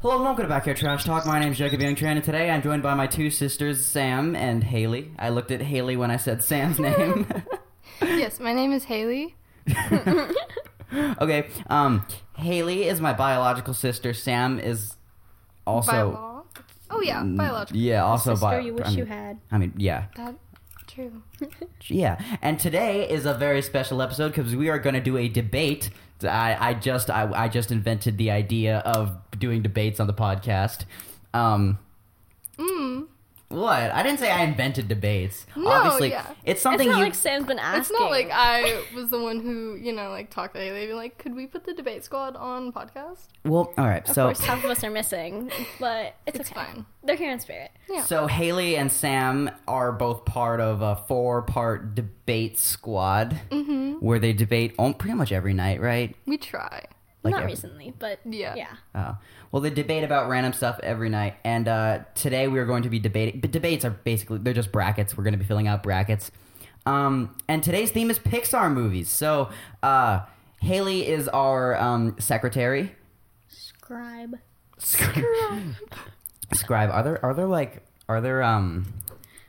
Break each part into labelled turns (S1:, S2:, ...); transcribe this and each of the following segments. S1: Hello and welcome to Backyard Trash Talk. My name is Jacob Young Tran, and today I'm joined by my two sisters, Sam and Haley. I looked at Haley when I said Sam's name.
S2: Yes, my name is Haley.
S1: okay, um, Haley is my biological sister. Sam is also.
S2: by law. Oh yeah,
S1: Mm,
S2: biological.
S1: Yeah, also
S3: sister
S1: bio.
S3: you wish
S1: I mean,
S3: you had.
S1: I mean, yeah,
S2: That true.
S1: yeah. And today is a very special episode because we are going to do a debate. I, I just I, I just invented the idea of doing debates on the podcast. Um,
S2: Mm.
S1: what? I didn't say I invented debates.
S2: No,
S1: Obviously,
S2: yeah.
S1: it's something
S3: it's not
S1: you.
S3: like Sam's been asking.
S2: It's not like I was the one who, you know, like talked to Haley, being like, could we put the debate squad on podcast?
S1: well, all right.
S3: Of
S1: so
S3: course, half of us are missing, but it's,
S2: It's
S3: okay.
S2: fine.
S3: They're here in spirit.
S2: Yeah.
S1: So Haley and Sam are both part of a four-part debate squad
S3: Mm-hmm.
S1: where they debate on pretty much every night, right?
S2: we try.
S1: Like
S3: not
S1: every-
S3: recently, but
S2: Yeah.
S3: yeah.
S1: Oh. Well, they debate about random stuff every night, and uh, today we are going to be debating. But debates are basically they're just brackets. We're going to be filling out brackets. Um, and today's theme is Pixar movies. So uh, Haley is our um, secretary.
S3: Scribe.
S1: Scribe. Are there are there like are there um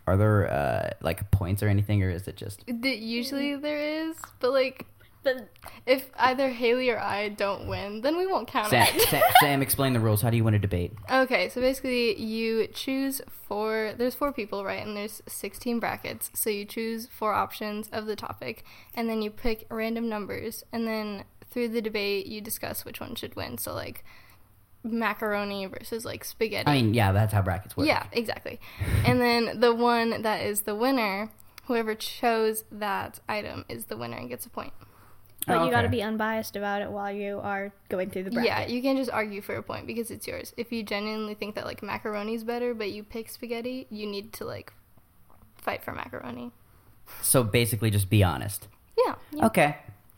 S1: are there uh, like points or anything, or is it just
S2: That
S3: Mm.
S2: usually there is, but like
S3: But
S2: if either Haley or I don't win, then we won't count
S1: Sam,
S2: it.
S1: Sam, Sam, explain the rules. How do you win a debate?
S2: Okay, so basically you choose four there's four people, right? And there's 16 brackets. So you choose four options of the topic and then you pick random numbers and then through the debate you discuss which one should win. So like macaroni versus like spaghetti.
S1: I mean, yeah, that's how brackets work.
S2: yeah, exactly. and then the one that is the winner, whoever chose that item is the winner and gets a point.
S3: but
S1: Oh,
S3: you got to
S1: okay.
S3: be unbiased about it while you are going through the bracket.
S2: Yeah, you can't just argue for a point because it's yours. If you genuinely think that like macaroni's better, but you pick spaghetti, you need to like fight for macaroni.
S1: So basically, just be honest.
S2: Yeah.
S1: Okay.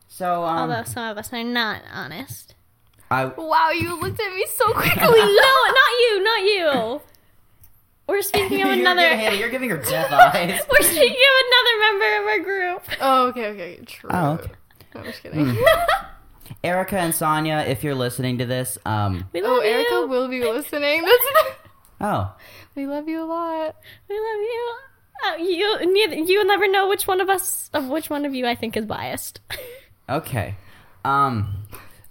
S1: So um,
S3: Although some of us are not honest.
S1: I
S2: Wow, you looked at me so
S3: no,
S2: quickly.
S3: not you, not you. We're speaking of
S1: you're, giving,
S3: another.
S1: Hannah, you're giving her death eyes.
S3: We're speaking of another member of our group.
S2: oh, okay, okay, okay, true.
S1: Oh, okay.
S2: No, I'm just kidding.
S1: Erica and Sonia, if you're listening to this, um,
S3: We love
S2: oh, Erica
S3: you.
S2: will be listening. That's
S1: oh,
S2: we love you a lot.
S3: We love you. Uh, you neither, you'll never know which one of us of which one of you I think is biased.
S1: okay. Um,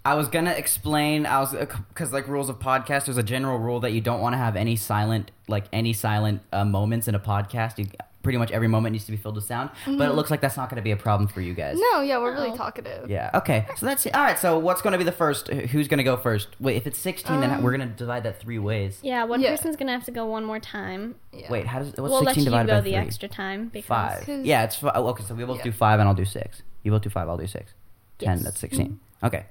S1: I was gonna explain. I was because like rules of podcast. There's a general rule that you don't want to have any silent, like any silent uh, moments in a podcast. You pretty much every moment needs to be filled with sound. But it
S3: Mm-hmm.
S1: looks like that's not gonna be a problem for you guys.
S2: No, yeah, we're really
S3: Oh.
S2: talkative.
S1: Yeah. Okay. So that's it. all right. So what's going to be the first? Who's going to go first? Wait, if it's sixteen, then
S2: Um,
S1: we're going to divide that three ways.
S3: yeah, one
S2: Yeah.
S3: person's gonna have to go one more time.
S2: Yeah.
S1: Wait, how does what's
S3: we'll let you
S1: sixteen
S3: go
S1: divided by
S3: the
S1: three?
S3: extra time because
S1: Five.
S2: Cause-
S1: Yeah, it's five. okay. So we both
S2: Yeah.
S1: do five, and I'll do six. You both do five. I'll do six. Ten.
S3: Yes. Mm-hmm.
S1: That's 16 Okay.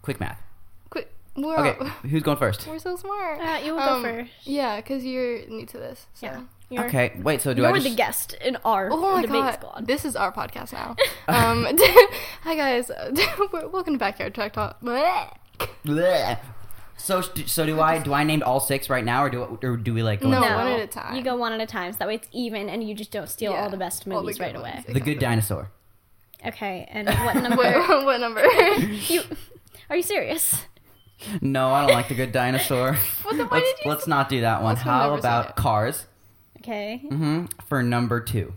S1: Quick math.
S2: Quick, we're
S1: Okay.
S2: Oh.
S1: Who's going first?
S2: we're so smart.
S3: Uh, you will
S2: Um,
S3: go first.
S2: Yeah, because you're new to this. So.
S3: Yeah. You're,
S1: Okay. Wait. So do
S3: you're
S1: I just?
S3: the guest in our
S2: Oh my
S3: debate
S2: god,
S3: squad.
S2: this is our podcast now. um, hi guys, We're- welcome to Backyard Track Talk. Bleh.
S1: Bleh. So sh- so do I? Do I name all six right now, or do or do we like go
S2: No.
S1: in-
S2: one at a time.
S3: You go one at a time, so that way it's even, and you just don't steal
S2: Yeah,
S3: all the best
S2: all the
S3: movies
S2: good
S3: right
S2: ones.
S3: away.
S1: the good dinosaur?
S3: Okay, and what number?
S2: Wait, what number?
S3: you are you serious?
S1: No, I don't like the good dinosaur.
S2: What the- why
S1: let's
S2: did you-
S1: let's not do that one.
S2: Also
S1: How
S2: never seen
S1: about
S2: it.
S1: Cars?
S3: Okay.
S1: hmm For number two.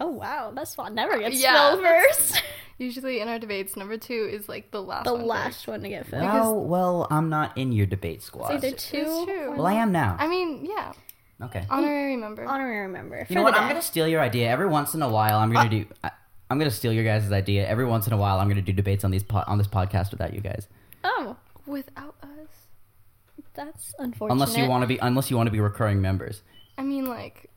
S3: Oh wow, that spot never gets
S2: Yeah,
S3: filled first.
S2: Usually in our debates, number two is like the last.
S3: the
S2: one
S3: last one to get filled.
S1: Wow. Oh, Well, I'm not in your debate
S3: It's
S1: squad.
S3: either
S2: first. It's
S3: two
S2: true.
S1: well, I am now.
S2: I mean, yeah,
S1: okay.
S3: Mm.
S2: honorary member.
S3: honorary member.
S1: You know what? I'm gonna steal your idea. Every once in a while, I'm
S2: Uh,
S1: gonna do. I, I'm gonna steal your guys' idea. Every once in a while, I'm gonna do debates on these po- on this podcast without you guys,
S3: Oh,
S2: Without us,
S3: that's unfortunate.
S1: unless you want to be unless you want to be recurring members.
S2: I mean, like,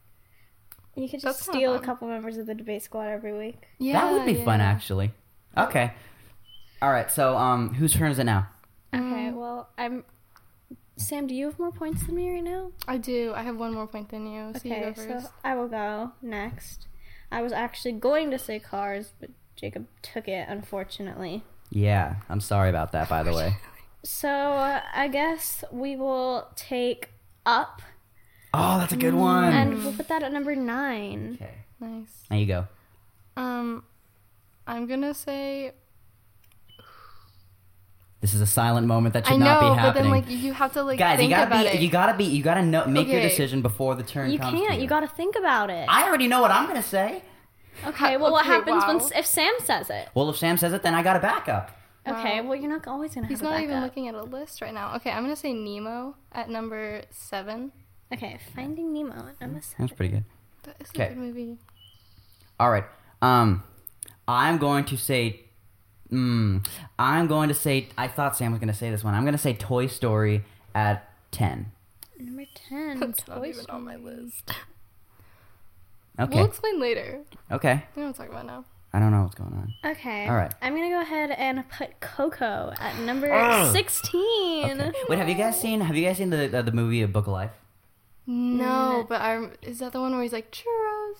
S3: you could just
S2: That's not
S3: steal a
S2: fun.
S3: couple members of the debate squad every week.
S2: yeah,
S1: that would be
S2: yeah.
S1: fun, actually. Okay. All right. So, um, whose turn is it now?
S3: Okay,
S2: Um,
S3: well, I'm. Sam, do you have more points than me right now?
S2: I do. I have one more point than you, so you
S3: okay,
S2: go first.
S3: so I will go next. I was actually going to say cars, but Jacob took it, unfortunately.
S1: Yeah, I'm sorry about that. By the way,
S3: So uh, I guess we will take up,
S1: oh, that's a
S2: Mm.
S1: good one.
S3: and we'll put that at number nine.
S1: okay,
S2: Nice.
S1: there you go.
S2: Um, I'm gonna say
S1: This is a silent moment that should
S2: I know,
S1: not be
S2: but
S1: happening.
S2: then like you have to like
S1: Guys,
S2: think
S1: you gotta
S2: about
S1: be,
S2: it.
S1: you gotta be, you gotta know, make your
S2: Okay.
S1: decision before the turn
S3: You
S1: comes. to
S3: can't. You gotta think about it.
S1: I already know what I'm gonna say.
S3: okay. Well, what
S2: Okay,
S3: happens when
S2: wow.
S3: when if Sam says it?
S1: Well, if Sam says it, then I got a backup.
S3: Okay.
S2: Wow.
S3: Well, you're not always gonna.
S2: He's
S3: have a
S2: not even
S3: backup.
S2: looking at a list right now. Okay, I'm gonna say Nemo at number seven.
S3: Okay. Finding Nemo. I'm a
S1: That's pretty good.
S2: That is
S1: Okay.
S2: a good movie.
S1: All right. Um, I'm going to say. Mm, I'm going to say. I thought Sam was going to say this one. I'm going to say Toy Story at ten.
S3: number ten.
S2: That's
S3: Toy
S2: not even on my
S3: Story.
S2: list.
S1: Okay.
S2: We'll explain later.
S1: okay.
S2: We don't talk about now.
S1: I don't know what's going on.
S3: Okay.
S1: All right.
S3: I'm gonna go ahead and put Coco at number
S1: Ah.
S3: sixteen.
S1: Okay. Wait, have you guys seen? Have you guys seen the the, the movie A Book of Life?
S2: No, but I is that the one where he's like churros?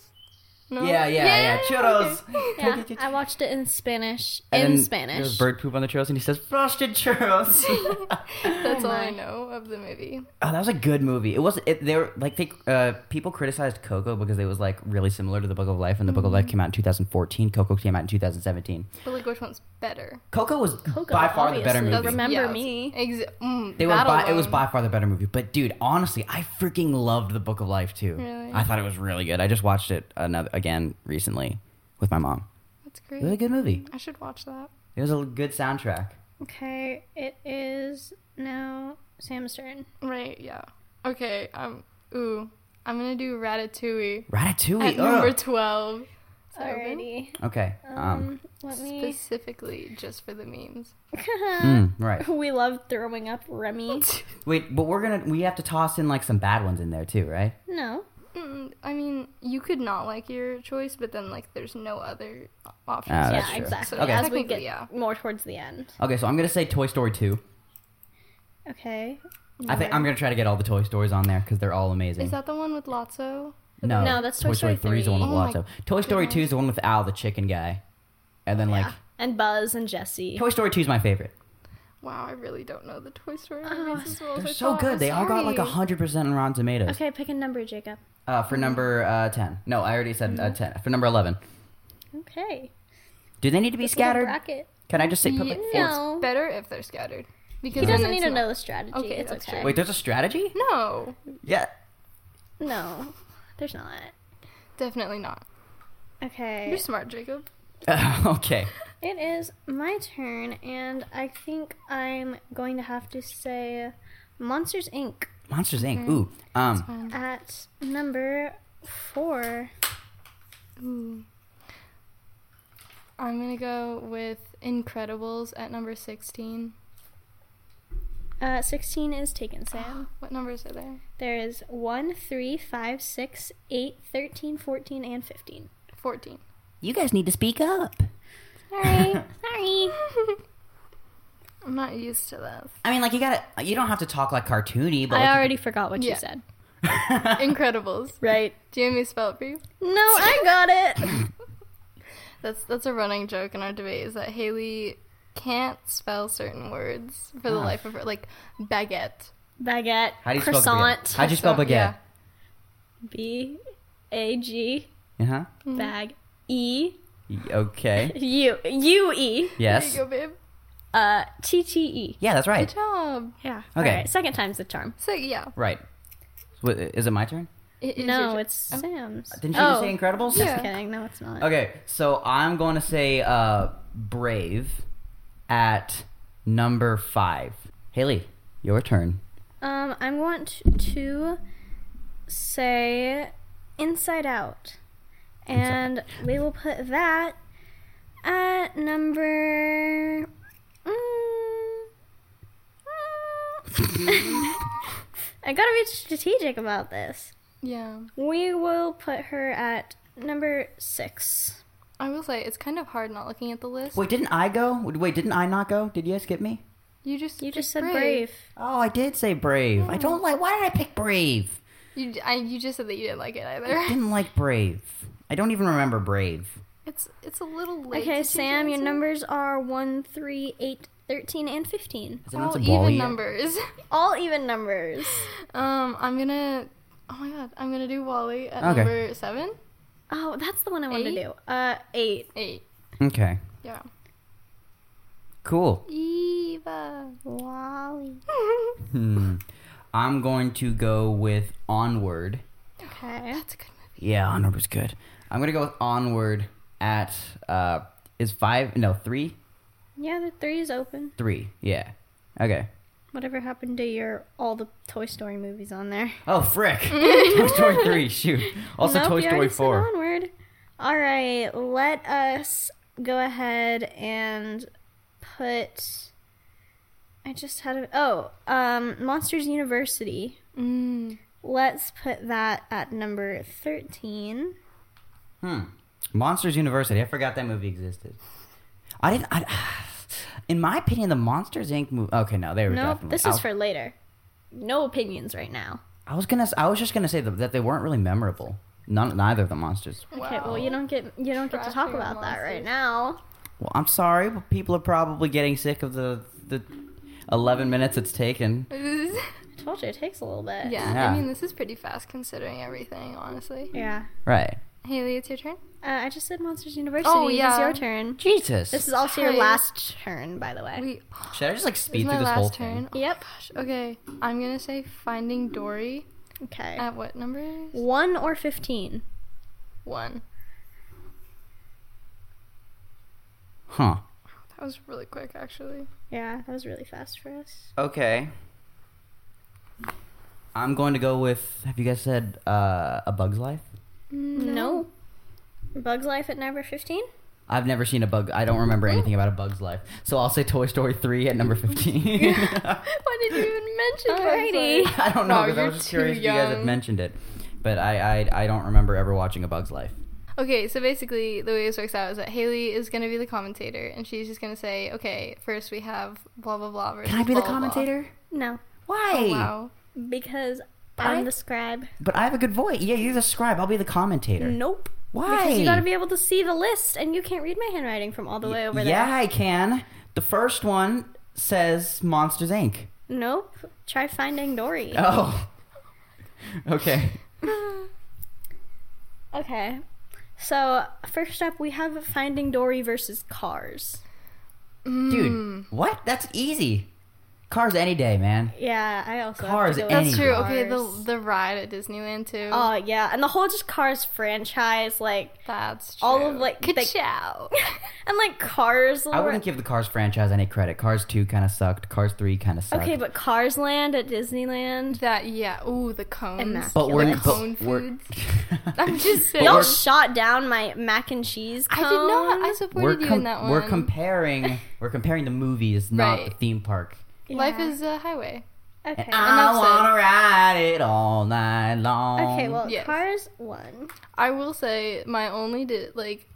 S2: No.
S1: Yeah, yeah, yeah. Churros.
S3: Oh, Yeah, I watched it in Spanish.
S1: And
S3: in
S1: then
S3: Spanish.
S1: There's bird poop on the churros, and he says frosted churros.
S2: Okay. That's all I
S3: my.
S2: know of the movie.
S1: Oh, that was a good movie. It was it, they were like they uh, people criticized Coco because it was like really similar to the Book of Life, and the Book of
S3: Mm-hmm.
S1: Life came out in 2014. Coco came out in 2017.
S2: But like, which one's better?
S1: Coco was
S3: Coco,
S1: by far the better
S3: obviously.
S1: movie.
S3: Remember
S2: Yeah,
S3: me.
S2: Ex- mm,
S1: they were
S2: that
S1: by, it was
S2: alone.
S1: by far the better movie. But dude, honestly, I freaking loved the Book of Life too.
S2: Really?
S1: I thought it was really good. I just watched it another again recently with my mom.
S2: That's
S1: It was a
S2: great.
S1: good movie.
S2: I should watch that.
S1: It was a good soundtrack.
S3: Okay, it is now Sam's turn.
S2: Right? Yeah. Okay. Um. Ooh. I'm gonna do Ratatouille
S1: Ratatouille.
S2: at number
S1: ugh.
S2: twelve. Is that open?
S3: Alrighty.
S1: okay.
S3: Um,
S1: Um.
S3: let me.
S2: Specifically, just for the memes.
S1: mm, right.
S3: we love throwing up Remy.
S1: Wait, but we're gonna we have to toss in like some bad ones in there too, right?
S3: no.
S2: Mm, I mean, you could not like your choice, but then like, there's no other options.
S1: Ah, that's
S3: yeah,
S1: true.
S3: exactly.
S1: Okay.
S3: As we
S2: Technically,
S3: get
S2: yeah.
S3: more towards the end.
S1: Okay, so I'm gonna say Toy Story two.
S3: Okay.
S1: I think I'm gonna try to get all the Toy Stories on there because they're all amazing.
S2: Is that the one with Lotso?
S1: no,
S3: No, that's Toy Story
S1: Story is the one with
S2: three. Oh my
S1: Lotso. Toy Story
S2: goodness.
S1: two is the one with Al, the chicken guy, and then like
S3: Yeah. And Buzz and Jesse.
S1: Toy Story two is my favorite.
S2: Wow, I really don't know the Toy Story
S3: Oh,
S2: movies as well as
S1: They're
S2: I
S1: so
S2: thought.
S1: good.
S2: I'm
S1: They all got like
S2: sorry.
S1: hundred percent on Rotten Tomatoes.
S3: Okay, pick a number, Jacob.
S1: Uh, for number uh, ten. No, I already said
S3: Mm-hmm.
S1: uh, ten. For number eleven.
S3: Okay.
S1: Do they need to be
S3: Let's get a
S1: scattered?
S3: Bracket.
S1: Can I just say put like
S2: Yeah,
S1: four?
S3: No.
S2: It's better if they're scattered because
S3: He
S2: then
S3: doesn't need
S2: it's
S3: to
S2: not-
S3: know the strategy.
S2: Okay,
S3: it's
S2: that's
S3: okay.
S2: true.
S1: Wait, there's a strategy?
S2: No,
S3: Mm-hmm.
S1: Yeah.
S3: No, there's not.
S2: definitely not.
S3: Okay. Eh.
S2: You're smart, Jacob.
S1: okay.
S3: It is my turn, and I think I'm going to have to say Monsters Inc.
S1: Monsters Inc.
S3: Mm-hmm.
S1: Ooh. Um.
S3: at number four.
S2: Ooh. Hmm. I'm gonna go with Incredibles at number sixteen.
S3: Uh, 16 is taken, Sam.
S2: What numbers are there?
S3: There is 1, 3, 5, 6, 8, 13, 14, and 15.
S2: Fourteen.
S1: You guys need to speak up.
S3: Sorry. Sorry.
S2: I'm not used to this.
S1: I mean, like you gotta. You don't have to talk like cartoony, but like,
S3: I already forgot what you
S2: Yeah.
S3: said.
S2: Incredibles.
S3: Right.
S2: Do you want me to spell it for you?
S3: No, I got it.
S2: That's that's a running joke in our debate is that Haley can't spell certain words for the
S1: Ah.
S2: life of her, like baguette.
S3: Baguette.
S1: How do you
S3: croissant.
S1: spell baguette? How'd you spell
S2: Croissant,
S1: baguette?
S3: B A G.
S1: Uh huh.
S3: Bag. E.
S1: Okay.
S3: U. U E.
S1: Yes.
S2: There you go, babe.
S3: Uh, T T E.
S1: Yeah, that's
S2: Good
S1: right.
S2: job.
S3: Yeah.
S1: Okay.
S3: All right. Second time's the charm.
S2: So yeah,
S1: Right. So, wh- Is it my turn?
S2: it is your
S3: no,
S2: jo-
S3: it's Sam's.
S1: Didn't you just
S3: Oh.
S1: say Incredibles?
S2: Yeah.
S3: Just kidding. No, it's not.
S1: Okay, so I'm going to say uh, Brave at number five. Haley, your turn.
S3: Um, I want to say Inside Out, and we will put that at number. Mm, mm. I gotta be strategic about this.
S2: yeah.
S3: We will put her at number six.
S2: I will say it's kind of hard not looking at the list.
S1: Wait, didn't I go? Wait, didn't I not go? Did you guys skip me?
S2: you just
S3: You
S2: picked
S3: just said brave.
S1: Oh, I did say Brave. I don't like. Why did I pick Brave?
S2: You d- I, you just said that you didn't like it
S1: I
S2: either.
S1: didn't like Brave. I don't even remember Brave.
S2: it's it's a little late.
S3: Okay,
S2: to
S3: Sam, your
S2: 2000.
S3: numbers are one, three, eight, thirteen, and 15.
S1: Is it
S2: all
S1: not
S2: even
S1: Wall-E yet?
S2: numbers.
S3: All even numbers.
S2: um, I'm gonna. Oh my god, I'm gonna do Wally at
S1: Okay.
S2: number seven,
S3: Oh, that's the one I wanted
S2: Eight?
S3: to do. Uh, eight.
S2: eight.
S1: Okay.
S2: Yeah.
S1: Cool.
S2: Eva.
S3: Wally.
S1: Hmm. I'm going to go with Onward.
S3: Okay.
S2: That's a good movie.
S1: Yeah, Onward was good. I'm gonna go with Onward at uh is five no three
S3: Yeah, the three is open.
S1: three yeah okay
S3: Whatever happened to your all the Toy Story movies on there?
S1: oh frick Toy Story three shoot also
S3: Nope,
S1: Toy
S3: you
S1: Story
S3: already said
S1: four
S3: Onward. All right, let us go ahead and put. I just had a oh um Monsters University.
S2: Mm.
S3: Let's put that at number thirteen.
S1: hmm Monsters University I forgot that movie existed I didn't I, in my opinion the Monsters Inc movie okay no they were
S3: No,
S1: definitely
S3: this
S1: I,
S3: is for later. No opinions right now.
S1: I was gonna s- I was just gonna say that, that they weren't really memorable None, neither of the monsters
S3: Okay, well you don't get you don't get to talk
S2: Trashing
S3: about that right
S2: monsters.
S3: now.
S1: well I'm sorry but people are probably getting sick of the the eleven minutes it's taken
S2: This is-
S3: I told you it takes a little bit.
S2: Mm. yeah,
S1: Yeah.
S2: I mean, this is pretty fast considering everything, honestly.
S3: Yeah.
S1: right
S2: Haley, it's your turn.
S3: Uh, I just said Monsters University.
S2: Oh,
S3: It's
S2: yeah.
S3: your turn.
S1: Jesus
S3: This is also your
S2: Hi.
S3: last turn, by the way.
S2: We,
S1: Should I just like
S2: it's
S1: speed
S2: my
S1: through this
S2: last
S1: whole
S2: turn.
S1: thing?
S2: Oh,
S3: Yep.
S2: gosh. Okay, I'm gonna say Finding Dory
S3: Okay.
S2: at what number?
S3: One or fifteen.
S2: One.
S1: Huh.
S2: That was really quick, actually.
S3: Yeah, that was really fast for us.
S1: Okay. I'm going to go with. Have you guys said uh, A Bug's Life?
S3: Mm, No. Bugs Life at number fifteen.
S1: I've never seen a bug. I don't remember anything about a bug's life. So I'll say Toy Story 3 at number 15.
S2: Why did you even mention
S3: Alrighty.
S2: Bug's Life?
S1: I don't know
S2: Wow,
S1: because I
S2: you're
S1: was just
S2: too
S1: curious if you guys have
S2: young.
S1: mentioned it. But I, I, I don't remember ever watching a bug's life.
S2: Okay, so basically, the way this works out is that Haley is going to be the commentator, and she's just going to say, okay, first we have blah, blah, blah. Versus
S1: Can I be the
S2: blah, blah, blah."
S1: commentator?
S3: No,
S1: Why?
S2: Oh, wow.
S3: because
S1: I-
S3: I'm the scribe.
S1: But I have a good voice. Yeah, you're the scribe. I'll be the commentator.
S3: Nope.
S1: Why?
S3: Because you gotta be able to see the list, and you can't read my handwriting from all the way over
S1: yeah,
S3: there.
S1: I can. The first one says Monsters Inc.
S3: Nope. Try finding Dory.
S1: Oh. Okay.
S3: Okay. So first up, we have Finding Dory versus Cars.
S1: Dude,
S2: Mm.
S1: what? That's easy. Cars any day, man.
S3: Yeah, I also
S1: Cars,
S3: Have to go
S1: any-
S2: That's
S3: with
S2: true.
S3: Cars.
S2: Okay, the, the ride at Disneyland, too.
S3: Oh yeah, and the whole just Cars franchise, like
S2: That's true.
S3: all of, like, the-
S2: Ka-chow.
S3: and like Cars.
S1: I wouldn't give the Cars franchise any credit. Cars 2 kind of sucked. Cars 3 kind of sucked.
S3: okay, but Cars Land at Disneyland.
S2: that, yeah. Ooh, the cones.
S1: but we're
S2: like
S1: but
S2: cone
S1: we're,
S2: I'm just saying.
S3: Y'all
S1: we're-
S3: shot down my mac and cheese.
S2: I
S3: Cone.
S2: did not. I supported
S1: we're,
S2: you
S1: com-
S2: in that one.
S1: we're comparing we're comparing the movies, not
S2: Right.
S1: the theme park.
S2: Life is a highway.
S3: okay.
S1: I
S2: that's it.
S1: want to ride it all night long.
S3: okay, well,
S2: yes.
S3: Cars one.
S2: I will say my only di- like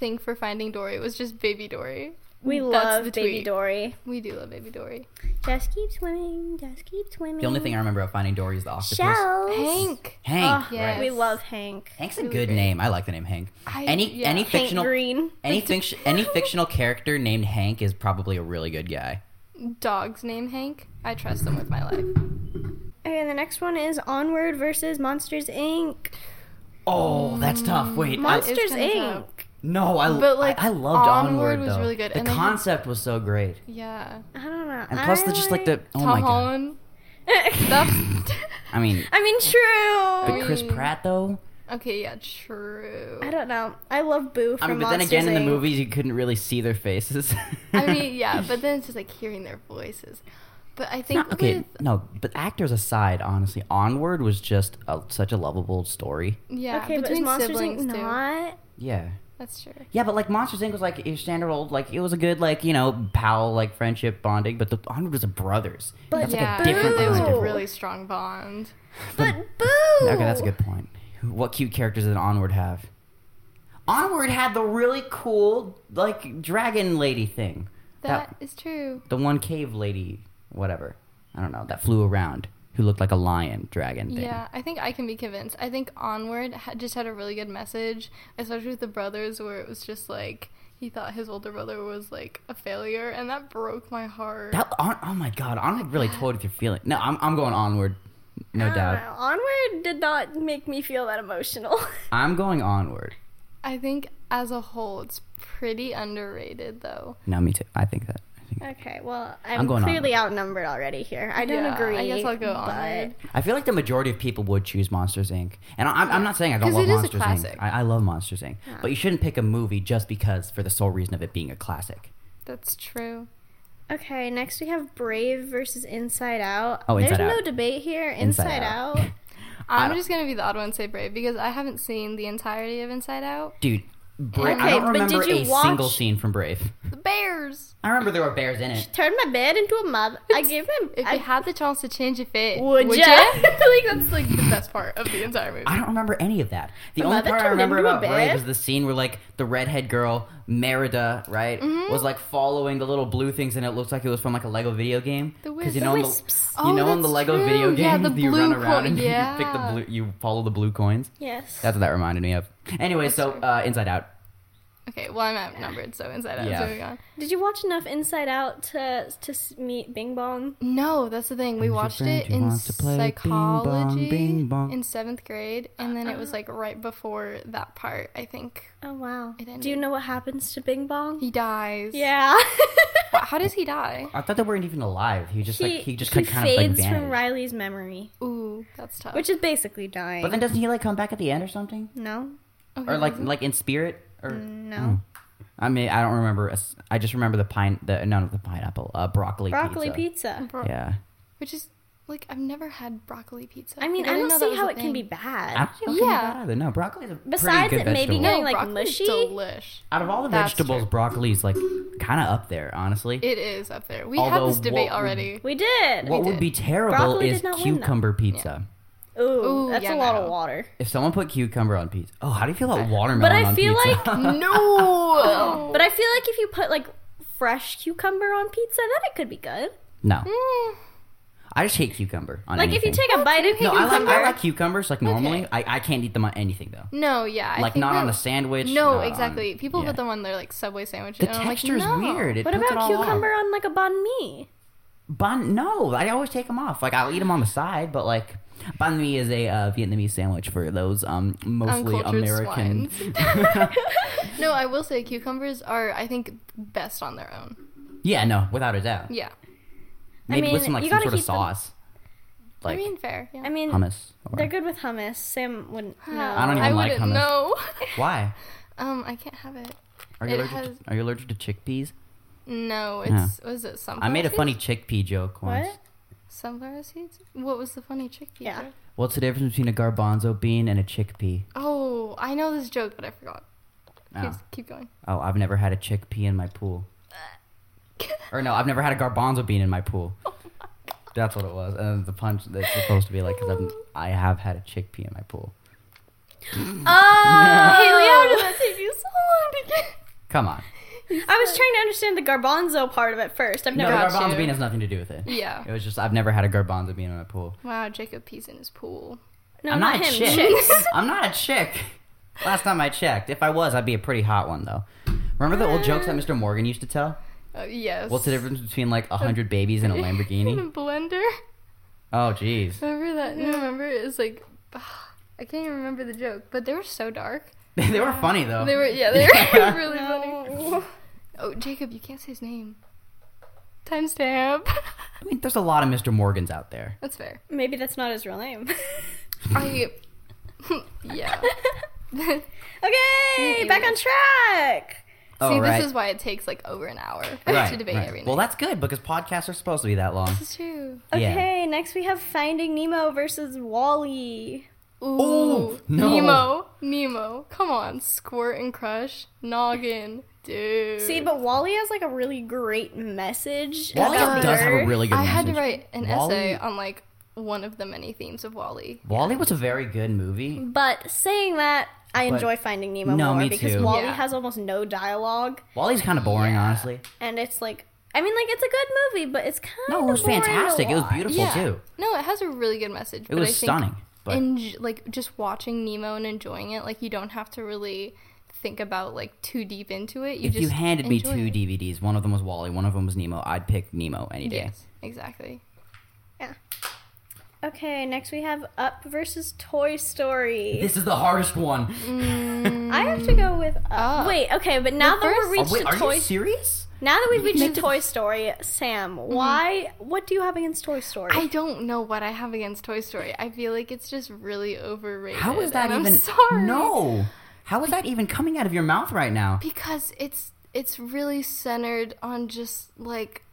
S2: thing for finding Dory was just Baby Dory.
S3: We
S2: That's
S3: love
S2: the
S3: Baby
S2: tweet.
S3: Dory.
S2: We do love Baby Dory.
S3: Just keep swimming. Just keep swimming.
S1: the only thing I remember about Finding Dory is the octopus.
S3: Shells.
S2: Hank.
S1: Hank.
S3: Oh,
S2: yes.
S1: right.
S3: We love Hank.
S1: Hank's a
S2: Really
S1: good
S2: great.
S1: name. I like the name Hank.
S2: I-
S1: any
S2: yeah.
S1: any
S2: Hank
S1: fictional
S3: Hank Green.
S1: any fiction any fictional character named Hank is probably a really good guy.
S2: Dog's name Hank. I trust them with my life.
S3: Okay, the next one is Onward versus Monsters Inc.
S1: Oh, that's tough. Wait, I,
S2: It's
S3: Monsters
S2: kinda
S3: Inc.
S1: no, I
S2: But, like,
S1: I, I loved Onward,
S2: Onward was
S1: though.
S2: really good,
S1: The
S2: and they had-
S1: concept was so great,
S2: Yeah.
S3: I don't know.
S1: and plus
S3: I
S1: the just like the oh my
S2: Tom
S1: god.
S2: Holland.
S3: I
S2: That's
S1: mean,
S3: mean, true.
S1: but Chris
S2: mean-
S1: Pratt though.
S2: okay. Yeah. True.
S3: I don't know. I love Boo
S1: I mean,
S3: from
S1: but then
S3: Monsters
S1: again, in the
S3: Inc.
S1: movies, you couldn't really see their faces.
S2: eh? I mean, yeah. But then it's just like hearing their voices. But I think
S1: No, okay,
S2: with
S1: no, but actors aside, honestly, Onward was just a, such a lovable story.
S2: yeah
S3: okay, but is
S2: between
S3: Monsters
S2: siblings
S3: Inc.
S2: too.
S3: not?
S1: Yeah.
S2: That's true.
S1: Yeah, but like Monsters Inc. was like your standard old, like it was a good, like you know, pal, like friendship bonding. But the Onward was a brothers.
S3: But
S1: that's
S2: yeah,
S1: like a different.
S2: it
S1: That's
S2: was
S1: different.
S2: a really strong bond.
S3: But Boo.
S1: Okay, that's a good point. What cute characters did Onward have? Onward had the really cool, like dragon lady thing.
S2: That is true.
S1: the one cave lady, whatever. I don't know. That flew around. Who looked like a lion dragon thing.
S2: Yeah, I think I can be convinced. I think Onward ha- just had a really good message, especially with the brothers, where it was just like he thought his older brother was like a failure, and that broke my heart.
S1: That on, oh my god, Onward really toyed with your feeling. No, I'm I'm going Onward. No
S3: I don't
S1: doubt.
S3: know. Onward did not make me feel that emotional.
S1: I'm going Onward.
S2: I think as a whole, it's pretty underrated, though.
S1: No, me too. I think that.
S3: Okay, well, I'm,
S1: I'm going
S3: clearly outnumbered already here. I don't
S2: Yeah, I
S3: agree.
S2: guess I'll go
S3: but
S2: onward.
S1: I feel like the majority of people would choose Monsters Inc. And I- I'm, I'm not saying I don't
S2: 'Cause
S1: love
S2: it is a
S1: Monsters Inc.
S2: classic.
S1: I, I love Monsters Inc. But you shouldn't pick a movie just because for the sole reason of it being a classic.
S2: That's true.
S3: Okay, next we have Brave versus Inside Out.
S1: Oh, Inside
S3: There's
S1: Out.
S3: no debate here.
S1: Inside
S3: Inside,
S1: Out.
S3: Out.
S1: I
S2: I'm
S1: don't-
S2: just gonna be the odd one and say Brave because I haven't seen the entirety of Inside Out.
S1: Dude, Bra- I
S3: Okay,
S1: don't
S3: but did
S1: remember
S3: you
S1: a
S3: watch-
S1: single scene from Brave.
S2: The Bears.
S1: I remember there were bears in it.
S3: Turned my bed into a mug. I gave him.
S2: If
S3: I,
S2: you had the chance to change a fit,
S3: Would
S2: would
S3: ya?
S2: ya? like that's like the best part of the entire movie.
S1: I don't remember any of that. The
S3: My
S1: only
S3: mother
S1: part I
S3: turned
S1: remember
S3: into a
S1: about Brave
S3: bear.
S1: is the scene where like the redhead girl Merida, right,
S2: Mm-hmm.
S1: was like following the little blue things, and it looks like it was from like a Lego video game.
S2: The
S1: you
S2: wisp-
S1: know, in
S3: wisps.
S1: you
S2: Oh,
S1: know, in the
S2: that's
S1: Lego
S2: true.
S1: video game,
S2: Yeah, the
S1: you run
S2: blue
S1: around
S2: coin-
S1: and you pick the
S2: yeah.
S1: blue, you follow the blue coins.
S3: yes.
S1: That's what that reminded me of. Anyway, so uh, Inside Out.
S2: okay, well I'm outnumbered, so Inside Out.
S1: Yeah.
S2: So moving on.
S3: Did you watch enough Inside Out to to s- meet Bing Bong?
S2: No, that's the thing. We
S1: your
S2: watched
S1: friend
S2: it
S1: who
S2: in
S1: wants to play bing bong,
S2: psychology
S1: bing bong.
S2: in seventh grade, and then it was like right before that part. I think
S3: Oh wow.
S2: It
S3: Do you
S2: ended.
S3: know what happens to Bing Bong?
S2: he dies.
S3: Yeah.
S2: How does he die?
S1: I thought they weren't even alive. He just like he just
S3: he
S1: like, kind of like
S3: fades
S1: vanished.
S3: from Riley's memory,
S2: Ooh, that's tough.
S3: which is basically dying.
S1: but then doesn't he like come back at the end or something,
S3: no, Oh,
S2: Okay,
S1: or like like in spirit or?
S3: Mm.
S1: Hmm.
S3: no.
S1: I mean, I don't remember. a s- I just remember the pine, the no, not the pineapple, uh, broccoli,
S3: Broccoli pizza.
S2: bro-
S1: Yeah,
S2: Which is like I've never had broccoli pizza.
S3: I mean,
S2: Like,
S3: I
S2: didn't
S3: don't
S2: know that
S3: see
S2: was
S3: how
S2: a
S3: it can
S2: thing.
S1: I
S3: be bad.
S1: don't think yeah.
S2: Yeah.
S1: that either. No, broccoli is a
S3: Besides
S1: pretty good
S3: it maybe
S1: vegetable.
S3: getting, like,
S2: broccoli's
S3: mushy.
S2: Delish.
S1: Out of all the
S2: That's
S1: vegetables,
S2: true.
S1: broccoli is like kind of up there, honestly.
S2: It is up there. We
S1: Although
S2: had this debate
S1: what-
S2: already.
S3: We did.
S1: what would be terrible
S3: Broccoli
S1: is
S3: did not win, though.
S1: cucumber pizza.
S3: Ooh,
S2: Ooh,
S3: that's
S2: yeah,
S3: a lot
S2: no.
S3: of water.
S1: If someone put cucumber on pizza, oh, how do you feel about watermelon?
S3: But I
S1: on
S3: feel
S1: pizza?
S3: like-
S2: no.
S3: But I feel like if you put like fresh cucumber on pizza, then it could be good.
S1: no,
S2: Mm,
S1: I just hate cucumber on
S3: Like
S1: anything.
S3: if you take a bite of
S1: no, I like,
S3: cucumber,
S1: I like cucumbers like normally. I, I can't eat them on anything though.
S2: no, yeah. I
S1: like
S2: think
S1: not on
S2: that-
S1: a sandwich.
S2: No,
S1: not on-
S2: exactly. People
S1: yeah.
S2: put them on their like Subway sandwiches.
S1: The
S2: and I'm like,
S1: texture is
S2: no.
S1: weird. It
S3: what
S1: puts it
S3: about
S1: all off.
S3: cucumber on like a banh mi?
S1: Banh? No, I always take them off. Like I'll eat them on the side, but like banh mi is a uh, Vietnamese sandwich for those um mostly
S2: Uncultured
S1: American.
S2: No, I will say cucumbers are, I think, best on their own.
S1: yeah, no, without a doubt.
S2: Yeah.
S1: Maybe
S3: mean,
S1: with some like
S3: you
S1: some
S3: gotta
S1: sort of
S3: keep them-
S1: sauce, like
S2: I mean, fair. Yeah. Uh,
S3: I mean,
S1: hummus. Or...
S3: they're good with hummus. Sam wouldn't. No,
S1: I don't even like
S2: wouldn't
S1: hummus.
S2: know.
S1: Why?
S2: um, I can't have it.
S1: Are you
S2: It
S1: allergic? To,
S2: has-
S1: are you allergic to chickpeas?
S2: No, it's was it sunflower?
S1: I made a
S2: seeds?
S1: funny chickpea joke once.
S3: What?
S2: sunflower seeds. What was the funny chickpea?
S3: Yeah.
S2: joke?
S1: What's the difference between a garbanzo bean and a chickpea?
S2: Oh, I know this joke, but I forgot.
S1: Oh,
S2: Please keep going.
S1: oh I've never had a chickpea in my pool. Or no, I've never had a garbanzo bean in my pool. That's what it was. And the punch that's supposed to be like, because I have had a chickpea in my pool.
S3: Oh,
S2: Haley, how did that take you so long to get?
S1: Come on.
S3: I was trying to understand the garbanzo part of it first. I've
S1: No,
S2: Got
S3: never.
S1: garbanzo
S2: you.
S1: bean has nothing to do with it.
S2: Yeah.
S1: It was just I've never had a garbanzo bean in my pool.
S2: Wow, Jacob pees in his pool.
S3: No,
S1: I'm
S3: not,
S1: not, a
S3: him.
S1: chick.
S3: Chicks.
S1: I'm not a chick. Last time I checked, if I was, I'd be a pretty hot one though. Remember the old jokes that Mr. Morgan used to tell?
S2: Uh, yes.
S1: What's the difference between like a hundred babies and a
S2: in a
S1: Lamborghini?
S2: blender.
S1: Oh, jeez.
S2: Remember that? No, remember it's like I can't even remember the joke, but they were so dark.
S1: they were funny though.
S2: They were yeah, they were
S1: Oh. Yeah.
S2: really funny. Oh, Jacob, you can't say his name. Timestamp.
S1: I mean, there's a lot of Mr. Morgans out there.
S2: That's fair.
S3: Maybe that's not his real name.
S2: I yeah.
S3: okay, back on track.
S1: Oh,
S2: See,
S1: right.
S2: this is why it takes like over an hour to debate
S1: right.
S2: everything.
S1: Well, that's good because podcasts are supposed to be that long.
S2: this is true.
S1: Yeah.
S3: Okay, next we have Finding Nemo versus Wally.
S2: Ooh,
S1: Ooh, Oh, no.
S2: Nemo, Nemo, come on, squirt and crush, noggin, dude.
S3: See, but Wally has like a really great message.
S1: Wally
S3: about
S1: does have a
S3: her.
S1: really good.
S2: I had to
S1: message.
S2: write an
S1: Wall-E-
S2: essay on like one of the many themes of Wally.
S1: Wally was a very good movie.
S3: But saying that, I
S1: But-
S3: enjoy Finding Nemo
S1: No,
S3: more
S1: me
S3: because
S1: too.
S3: Wally
S2: Yeah.
S3: has almost no dialogue,
S1: Wally's kind of boring, honestly.
S3: and it's like, I mean, like it's a good movie, but it's kind of
S1: No, it was fantastic. It was beautiful too.
S2: No, it has a really good message.
S1: It was stunning. But
S2: And like just watching Nemo and enjoying it, like you don't have to really think about like too deep into it. You
S1: if
S2: just
S1: you handed me two
S2: enjoy it.
S1: DVDs, one of them was Wally, one of them was Nemo, I'd pick Nemo any day.
S2: Yes, exactly.
S3: Okay, next we have Up versus Toy Story.
S1: This is the hardest one.
S2: Mm-hmm.
S3: I have to go with Up.
S2: Up.
S3: Wait, okay, but now that
S2: first-
S3: we're
S1: Oh,
S3: reached
S1: wait,
S3: to
S1: are
S3: Toy
S1: you serious?
S3: Now that we've reached
S2: Make it-
S3: Toy Story, Sam, why? What do you have against Toy Story?
S2: I don't know what I have against Toy Story. I feel like it's just really overrated.
S1: How is that
S2: and
S1: even?
S2: I'm sorry.
S1: No. How is that even coming out of your mouth right now?
S2: because it's it's really centered on just like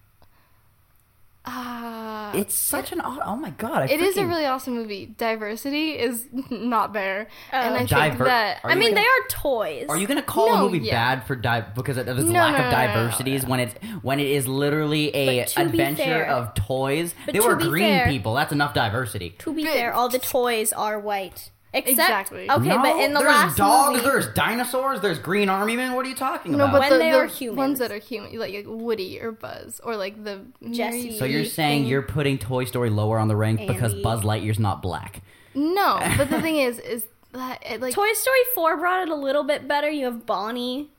S2: uh
S1: It's such an odd. Oh my god! I
S2: it is a
S1: freaking-
S2: really awesome movie. Diversity is not there,
S3: Oh.
S2: and I think
S1: Diver-
S2: that
S1: are
S3: I
S1: you
S3: mean,
S1: gonna-
S3: they are toys.
S1: Are you going to call
S2: No,
S1: a movie
S2: yeah.
S1: bad for di- because of this
S2: No,
S1: lack
S2: no, no,
S1: of
S2: no, no,
S1: diversities when it's when it is literally a
S3: But to be
S1: adventure
S3: fair-
S1: of toys?
S3: But
S1: They
S3: to
S1: were
S3: be
S1: green
S3: fair-
S1: people. That's enough diversity.
S3: to be
S2: But-
S3: fair, all the toys are white. Except,
S2: Exactly.
S3: Okay,
S1: No,
S3: but in the
S1: there's
S3: last
S1: dogs,
S3: movie,
S1: there's dinosaurs, there's green army men. What are you talking
S2: no,
S1: about?
S2: but
S3: When
S2: the,
S3: they
S2: the
S3: are humans.
S2: ones that are human, like, like Woody or Buzz or like the Mary
S3: Jessie.
S1: so you're
S2: Sue
S1: saying
S2: thing.
S1: you're putting Toy Story lower on the rank because
S3: Andy.
S1: Buzz Lightyear's not black?
S2: no, but the thing is, is that it, like
S3: Toy Story Four brought it a little bit better. You have Bonnie.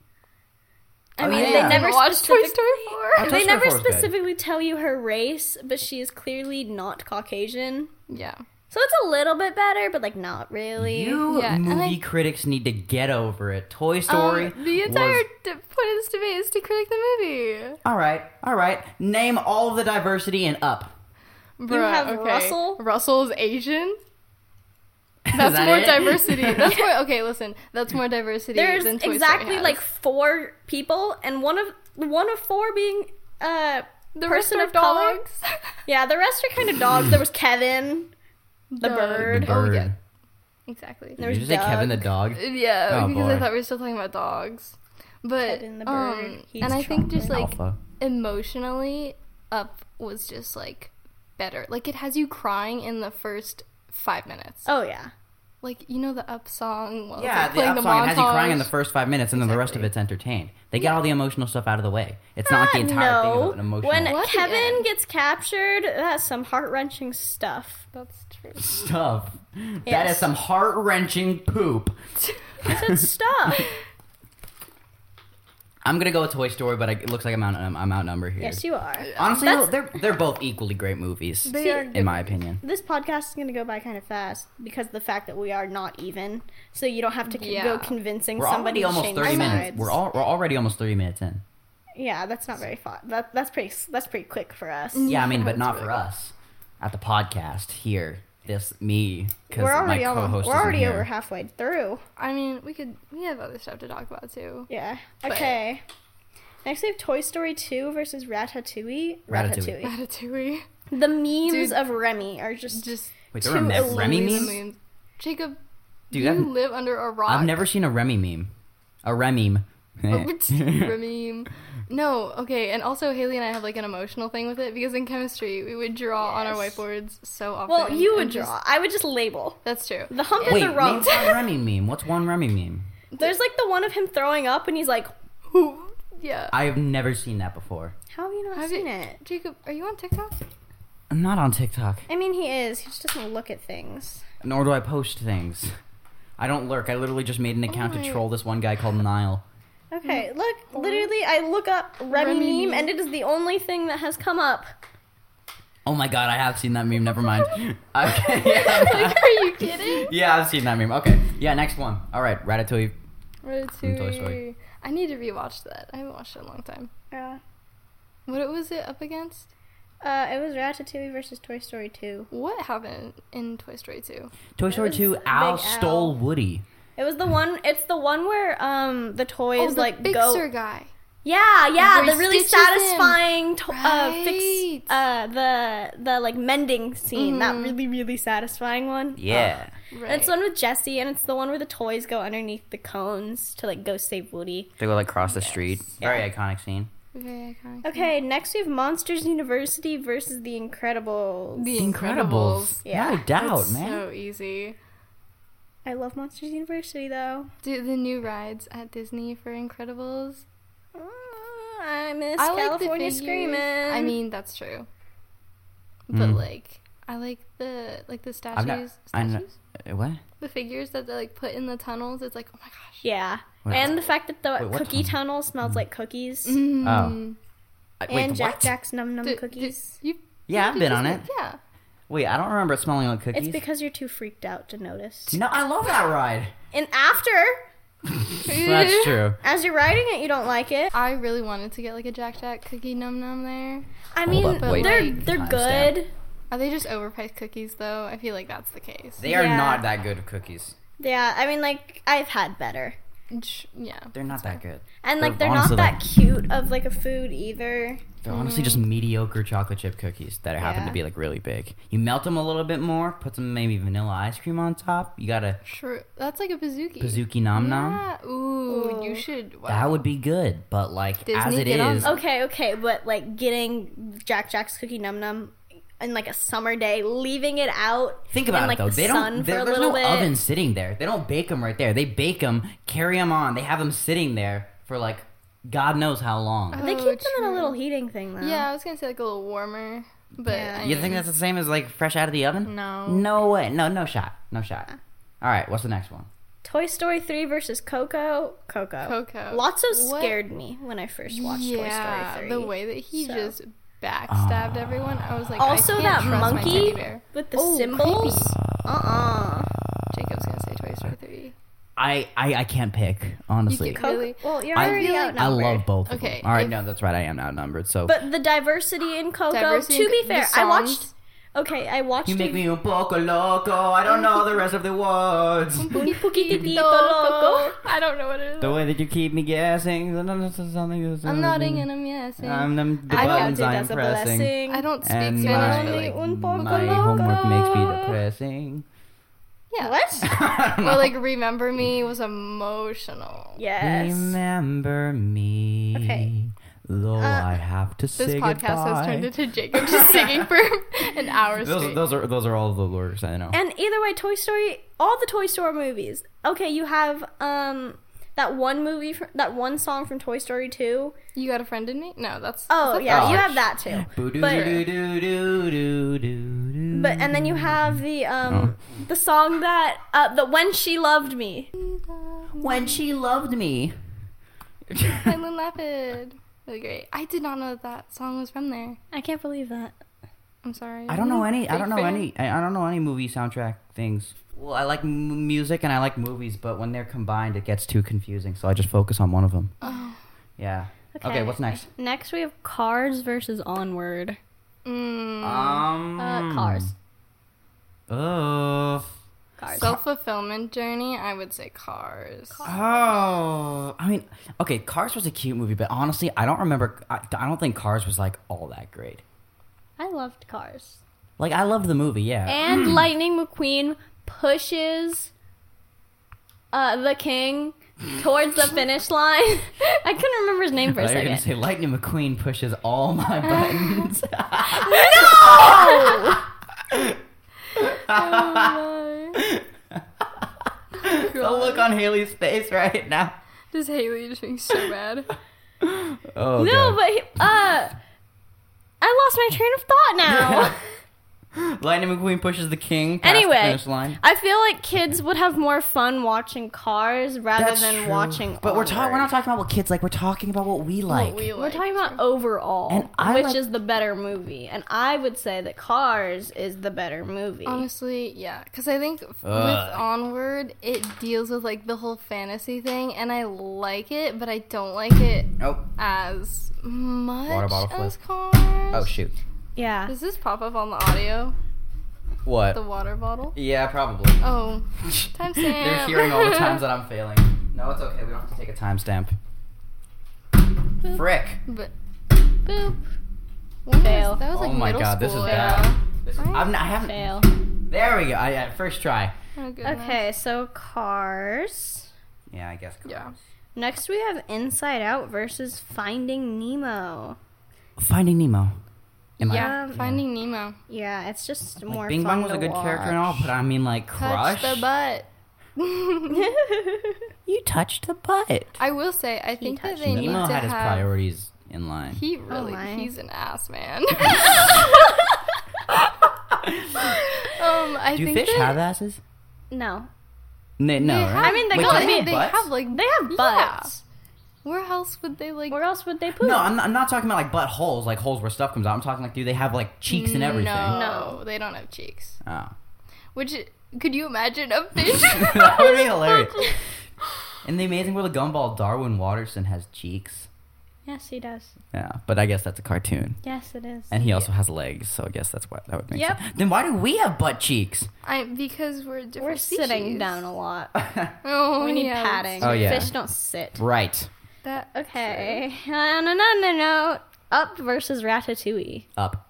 S3: I
S1: Oh,
S3: mean,
S1: yeah.
S3: they never
S2: watched Toy
S3: specifically-
S2: Story
S1: Oh,
S2: four.
S1: Toy
S3: They
S1: Story
S3: never
S1: 4 is good.
S3: specifically tell you her race, but she is clearly not Caucasian.
S2: yeah,
S3: So it's a little bit better, but like not really.
S1: You
S2: Yeah, and
S1: movie
S2: I-
S1: critics need to get over it. Toy Story.
S2: Um, the entire
S1: was-
S2: d- point of this debate is to critic the movie.
S1: All right, all right. Name all of the diversity and up.
S2: Bruh,
S3: have Russell?
S2: Russell's Asian.
S1: Is
S2: That's
S1: that
S2: more
S1: it?
S2: diversity. That's more okay. Listen, that's more diversity.
S3: There's
S2: than Toy Story
S3: exactly
S2: has.
S3: like four people, and one of one of four being uh
S2: the
S3: person
S2: rest
S3: of
S2: are
S3: color?
S2: dogs.
S3: yeah. The rest are kind of dogs. There was Kevin. The
S2: Doug.
S3: bird.
S2: Oh yeah, exactly.
S1: Did
S3: There's
S1: you say Kevin the dog?
S2: Yeah,
S1: Oh,
S2: because I
S1: boy.
S2: thought we were still talking about dogs. But
S3: Kevin the bird,
S2: um,
S3: he's
S2: and I think just like
S1: Alpha.
S2: emotionally, Up was just like better. Like it has you crying in the first five minutes.
S3: Oh yeah.
S2: Like you know the Up song. While it's,
S1: Yeah,
S2: like,
S1: the
S2: playing
S1: up song has you crying in
S2: montage?
S1: the first five minutes, and then the rest of
S2: Exactly.
S1: it's entertained. They get all the emotional stuff out of the way. It's not like the
S3: Ah,
S1: entire thing
S3: no.
S1: of an emotional.
S3: when
S2: What?
S3: Kevin
S2: Yeah.
S3: gets captured, that's some heart wrenching stuff.
S2: That's true.
S1: Stuff. That
S3: Yes.
S1: is some heart wrenching poop.
S3: It's good stuff.
S1: I'm gonna go with Toy Story, but I, it looks like I'm out. I'm, I'm outnumbered here.
S3: yes, you are.
S1: Honestly,
S3: That's-
S1: they're they're both equally great movies,
S2: They
S3: See,
S2: are
S1: in my opinion.
S3: This podcast is going to go by kind of fast because of the fact that we are not even. So you don't have to c-
S2: Yeah.
S3: go convincing
S1: We're already
S3: somebody to
S1: almost
S3: change
S1: thirty minutes.
S3: sides.
S1: We're all we're already almost thirty minutes in.
S3: Yeah, that's not very far. That, that's pretty. s- That's pretty quick for us.
S1: Yeah, I mean, but not
S2: That's
S1: for
S2: really
S1: us at the podcast here. This me because
S3: We're
S1: my
S3: already
S1: co-host
S3: almost, We're
S1: isn't
S3: already
S1: here.
S3: over halfway through.
S2: I mean, we could we have other stuff to talk about too.
S3: Yeah. Okay. Next we have Toy Story 2 versus Ratatouille.
S1: Ratatouille.
S2: Ratatouille.
S3: The memes
S2: Dude.
S3: of Remy are just.
S2: Just
S1: Wait,
S3: Two
S1: there are Mem- Remy
S3: Memes?
S2: memes.
S1: memes.
S2: Jacob,
S1: Dude,
S2: you
S1: I've-
S2: live under a rock.
S1: I've never seen a Remy meme. A Remy Eh. meme.
S2: Remy. No, okay, and also Haley and I have like an emotional thing with it because in chemistry we would draw on our
S3: Yes.
S2: whiteboards so often.
S3: well, you would
S2: and just-
S3: draw. I would just label.
S2: That's true.
S3: The hump
S1: Wait,
S3: is the wrong.
S1: name's not Remy meme. What's one Remy meme?
S3: There's like the one of him throwing up, and he's like,
S2: yeah.
S1: I have never seen that before.
S3: "How have you not
S2: Have you-
S3: seen it?"
S2: Jacob, are you on TikTok?
S1: I'm not on TikTok,
S3: I mean, he is. He just doesn't look at things.
S1: nor do I post things. I don't lurk. I literally just made an account
S2: my-
S1: to troll this one guy called Nile.
S3: Okay, look. Literally, I look up Remy,
S2: Hmm. Remy.
S3: meme, and it is the only thing that has come up.
S1: Oh my god, I have seen that meme. Never mind. okay. Yeah,
S2: Are you kidding?
S1: yeah, I've seen that meme. Okay. Yeah, next one. All right, Ratatouille. Toy
S2: Ratatouille.
S1: Story.
S2: I need to rewatch that. I haven't watched it in a long time.
S3: Yeah.
S2: What was it up against?
S3: Uh, it was Ratatouille versus Toy Story 2.
S2: What happened in Toy Story 2?
S1: Toy Story
S3: was
S1: 2,
S3: Big
S1: Al
S3: Al.
S1: stole Woody.
S3: It was the one. It's the one where um the
S2: Oh,
S3: toys
S2: the
S3: like go.
S2: fixer guy.
S3: Yeah, yeah,
S2: Where
S3: the
S2: he
S3: really
S2: stitches him.
S3: satisfying to- uh,
S2: Right. Mm-hmm.
S3: fix uh the the like mending scene. That really really satisfying one.
S1: Yeah.
S2: Right.
S3: And It's the one with Jesse, and it's the one where the toys go underneath the cones to like go save Woody.
S1: They go like cross the street. Very iconic scene.
S2: Very iconic.
S3: Okay, next we have Monsters University versus The Incredibles.
S2: The
S1: Incredibles.
S3: Yeah.
S1: No doubt,
S2: That's
S1: man.
S2: So easy.
S3: I love Monsters University though.
S2: Do the new rides at Disney for Incredibles?
S3: Mm, I miss
S2: I like the
S3: California
S2: figures.
S3: Screaming.
S2: I mean, that's true. But like, I like the like the statues,
S1: Hmm. I've not- I kn-
S2: statues,
S1: uh, What?
S2: the figures that they like put in the tunnels. It's like, oh my gosh.
S3: yeah,
S1: Wait,
S3: and the fact that the
S1: Wait, what
S3: cookie
S1: tunnel?
S3: tunnel smells like cookies,
S1: Oh. I- wait,
S3: and Jack
S1: what?
S3: Jack's num num
S2: Did-
S3: cookies.
S2: did- you,
S1: Yeah, I've
S2: did
S1: been
S2: you
S1: on
S2: see-
S1: it.
S2: Yeah.
S1: Wait, I don't remember it smelling like cookies.
S3: It's because you're too freaked out to notice.
S1: no, I love that ride.
S3: And after
S1: That's true.
S3: As you're writing it, you don't like it.
S2: I really wanted to get like a Jack Jack cookie num num there.
S3: I
S1: Hold
S3: mean,
S1: up,
S2: wait.
S3: they're they're
S1: Timestamp.
S3: good.
S2: Are they just overpriced cookies though? I feel like that's the case.
S1: They are
S3: Yeah.
S1: not that good of cookies.
S3: Yeah, I mean, like I've had better,
S2: Ch- yeah.
S1: They're not that good.
S3: and
S1: They're
S3: like they're
S1: honestly,
S3: not that
S1: like-
S3: cute of like a food either.
S1: They're honestly
S2: Mm.
S1: just mediocre chocolate chip cookies that happen to
S2: Yeah.
S1: be like really big. You melt them a little bit more, put some maybe vanilla ice cream on top. You got a
S2: True. That's like a bazooki.
S1: Pazuki nom nom.
S2: Yeah. Ooh,
S3: Ooh.
S2: you should. Wow.
S1: That would be good, but like as
S2: Disney,
S1: it
S2: get on
S1: is,
S2: that.
S3: Okay, okay, but like getting Jack Jack's cookie num num in like a summer day, leaving it out.
S1: think
S3: in,
S1: about
S3: like,
S1: it though.
S3: The
S1: they
S3: sun
S1: don't.
S3: for
S1: There,
S3: a
S1: there's
S3: little
S1: no
S3: bit.
S1: oven sitting there. They don't bake them right there. They bake them, carry them on. They have them sitting there for like God knows how long.
S3: They
S2: Oh,
S3: keep them in a
S2: true.
S3: little heating thing though.
S2: Yeah, I was gonna say like a little warmer, but
S3: Yeah.
S2: I
S1: You think
S2: mean,
S1: that's the same as like fresh out of the oven?
S2: No.
S1: No way. No. No shot. No shot. All right. What's the next one?
S3: Toy Story 3 versus Coco. Coco.
S2: Coco.
S3: Lotso
S2: What-
S3: scared me when I first watched
S2: yeah,
S3: Toy Story 3.
S2: the way that he
S3: So.
S2: just backstabbed everyone, I was like, I
S3: Also,
S2: can't
S3: that
S2: trust my
S3: monkey-
S2: teddy bear.
S3: With the
S2: Oh,
S3: symbols. Uh-uh.
S2: Jacob's gonna say Toy Story three.
S1: I I, I can't pick honestly.
S2: You can-
S3: Coco.
S2: Really?
S3: Well, you're
S1: I-
S3: already
S2: I
S3: outnumbered.
S1: I love both. Okay.
S2: Okay,
S1: Of them. All right.
S2: if-
S1: no, that's right. I am outnumbered. So
S3: But the diversity in Coco,
S2: Diversity
S3: to
S2: in
S3: be
S2: the
S3: fair, I watched...
S2: songs.
S3: Okay, I watched...
S1: you make
S3: it-
S1: me un poco loco. I don't know the rest of the words.
S3: Un poquitito loco.
S2: Loco. I don't know what it is.
S1: The way that you keep me guessing.
S2: I'm
S1: I'm
S2: nodding and I'm yesing.
S1: I'm Um, them, the
S3: I
S1: buttons
S3: don't
S1: I'm
S3: do
S1: pressing.
S3: blessing.
S2: I don't speak
S1: And
S2: Spanish.
S1: my,
S2: but,
S1: like,
S2: like,
S3: un poco
S1: my
S3: loco.
S1: homework makes me depressing.
S2: yeah.
S3: What?
S2: Well, like remember me was emotional.
S3: yes.
S1: Remember me.
S3: Okay. Uh,
S1: Though I have to
S2: This
S1: say
S2: podcast
S1: goodbye.
S2: has turned into Jacob just singing for an hour
S1: those,
S2: straight.
S1: those are those are all the lyrics I know.
S3: And either way, Toy Story, all the Toy Story movies. Okay, you have um that one movie, fr that one song from Toy Story Two.
S2: You got a friend in me? No, that's
S3: Oh
S2: that's-
S3: yeah,
S1: Oh,
S3: you have that too. but-
S1: Boo-doo-doo-doo-doo-doo-doo-doo.
S3: But and then you have the um
S1: Oh.
S3: the song that uh the When She Loved Me.
S1: when she loved me.
S2: Island Lapid. Really great. I did not know that, that song was from there.
S3: I can't believe that.
S2: I'm sorry.
S1: I don't know any. I
S2: Big
S1: don't know
S2: fan.
S1: any. I, I don't know any movie soundtrack things. Well, I like m- music and I like movies, but when they're combined, it gets too confusing. So I just focus on one of them.
S2: Oh.
S1: Yeah. Okay.
S3: Okay.
S1: what's next?
S3: Next we have Cars versus Onward.
S2: Mm,
S1: Um.
S3: Uh, Cars.
S1: Oh.
S3: Cars.
S2: Self fulfillment journey. I would say Cars.
S1: Oh. I mean, okay. Cars was a cute movie, but honestly, I don't remember. I, I don't think Cars was like all that great.
S3: I loved Cars.
S1: Like I loved the movie, yeah.
S3: And Lightning McQueen pushes uh, the king towards the finish line. I couldn't remember his name for
S1: I
S3: a
S1: thought you were gonna
S3: second.
S1: say Lightning McQueen pushes all my buttons.
S3: no!
S1: the look on Haley's face right now.
S2: Just Haley just being so bad.
S1: Oh
S3: No, but he- uh, I lost my train of thought now.
S1: Lightning McQueen pushes the king. Past
S3: Anyway.
S1: the finish line.
S3: I feel like kids would have more fun watching Cars rather than
S1: true.
S3: watching.
S1: But we're talking. We're not
S3: Onward.
S1: talking about what kids like. We're talking about what we like.
S2: What we
S3: We're
S2: like.
S3: talking about overall,
S1: And I
S3: which
S1: like-
S3: is the better movie, and I would say that Cars is the better movie.
S2: Honestly, yeah, because I think f-
S1: Ugh.
S2: with Onward, it deals with like the whole fantasy thing, and I like it, but I don't like it
S1: oh.
S2: as much
S1: bottle flip.
S2: as Cars.
S1: Oh shoot.
S3: Yeah.
S2: Does this pop up on the audio?
S1: What?
S2: The water bottle?
S1: Uh, yeah, probably.
S2: Oh, timestamp.
S1: They're hearing all the times that I'm failing. No, it's okay. We don't have to take a timestamp. Frick.
S2: But boop. When
S3: Fail.
S2: Was, that was like
S1: oh my
S2: middle
S1: god, this is
S2: school,
S1: bad.
S2: yeah.
S1: This is,
S2: Right?
S1: I'm not, I haven't.
S3: Fail.
S1: There we go. I, I first try.
S2: Oh, goodness.
S3: Okay, so cars.
S1: Yeah, I guess.
S2: Yeah.
S3: Next we have Inside Out versus Finding Nemo.
S1: Finding Nemo. Am
S2: yeah,
S3: I-
S2: Finding Nemo.
S3: Yeah, it's just
S1: I?
S3: more
S1: Like, Bing Bong
S3: fun
S1: was
S3: to
S1: a good
S3: watch.
S1: character and all, but I mean, like, Crush.
S2: Touch the butt.
S1: You touched the butt.
S2: I will say, I think that
S3: touched Oh
S2: they need
S1: Nemo
S2: to
S1: had his
S2: have.
S1: priorities in line.
S2: He really,
S3: my.
S2: he's an ass man. um, Um, I
S1: Do
S2: think
S1: fish
S2: that,
S1: have asses?
S3: no.
S1: N- no,
S2: They
S1: right?
S2: have-
S3: I mean, they
S1: Wait,
S3: got
S1: do
S3: me-
S1: have
S2: They
S1: butts?
S2: have like
S3: They have butts.
S2: Where else would they like?
S3: Where else would they poop?
S1: No, I'm not, I'm not talking about like butt holes, like holes where stuff comes out. I'm talking like, do they have like cheeks and everything?
S2: Mm, No, they don't have cheeks.
S1: Oh.
S2: Which could you imagine a fish?
S1: that would be hilarious. In the Amazing World of Gumball, Darwin Watterson has cheeks.
S3: Yes, he does.
S1: Yeah, but I guess that's a cartoon.
S3: Yes, it is.
S1: And he also has legs, so I guess that's why that would make
S3: Yep.
S1: sense. Then why do we have butt cheeks?
S2: I because we're different.
S3: We're sitting
S2: species.
S3: down a lot.
S2: Oh,
S3: we need
S2: yeah, that's
S3: padding.
S1: Oh, yeah.
S3: Fish don't sit.
S1: Right.
S2: That
S3: Okay. No, no, no, no, no. Up versus Ratatouille.
S1: Up.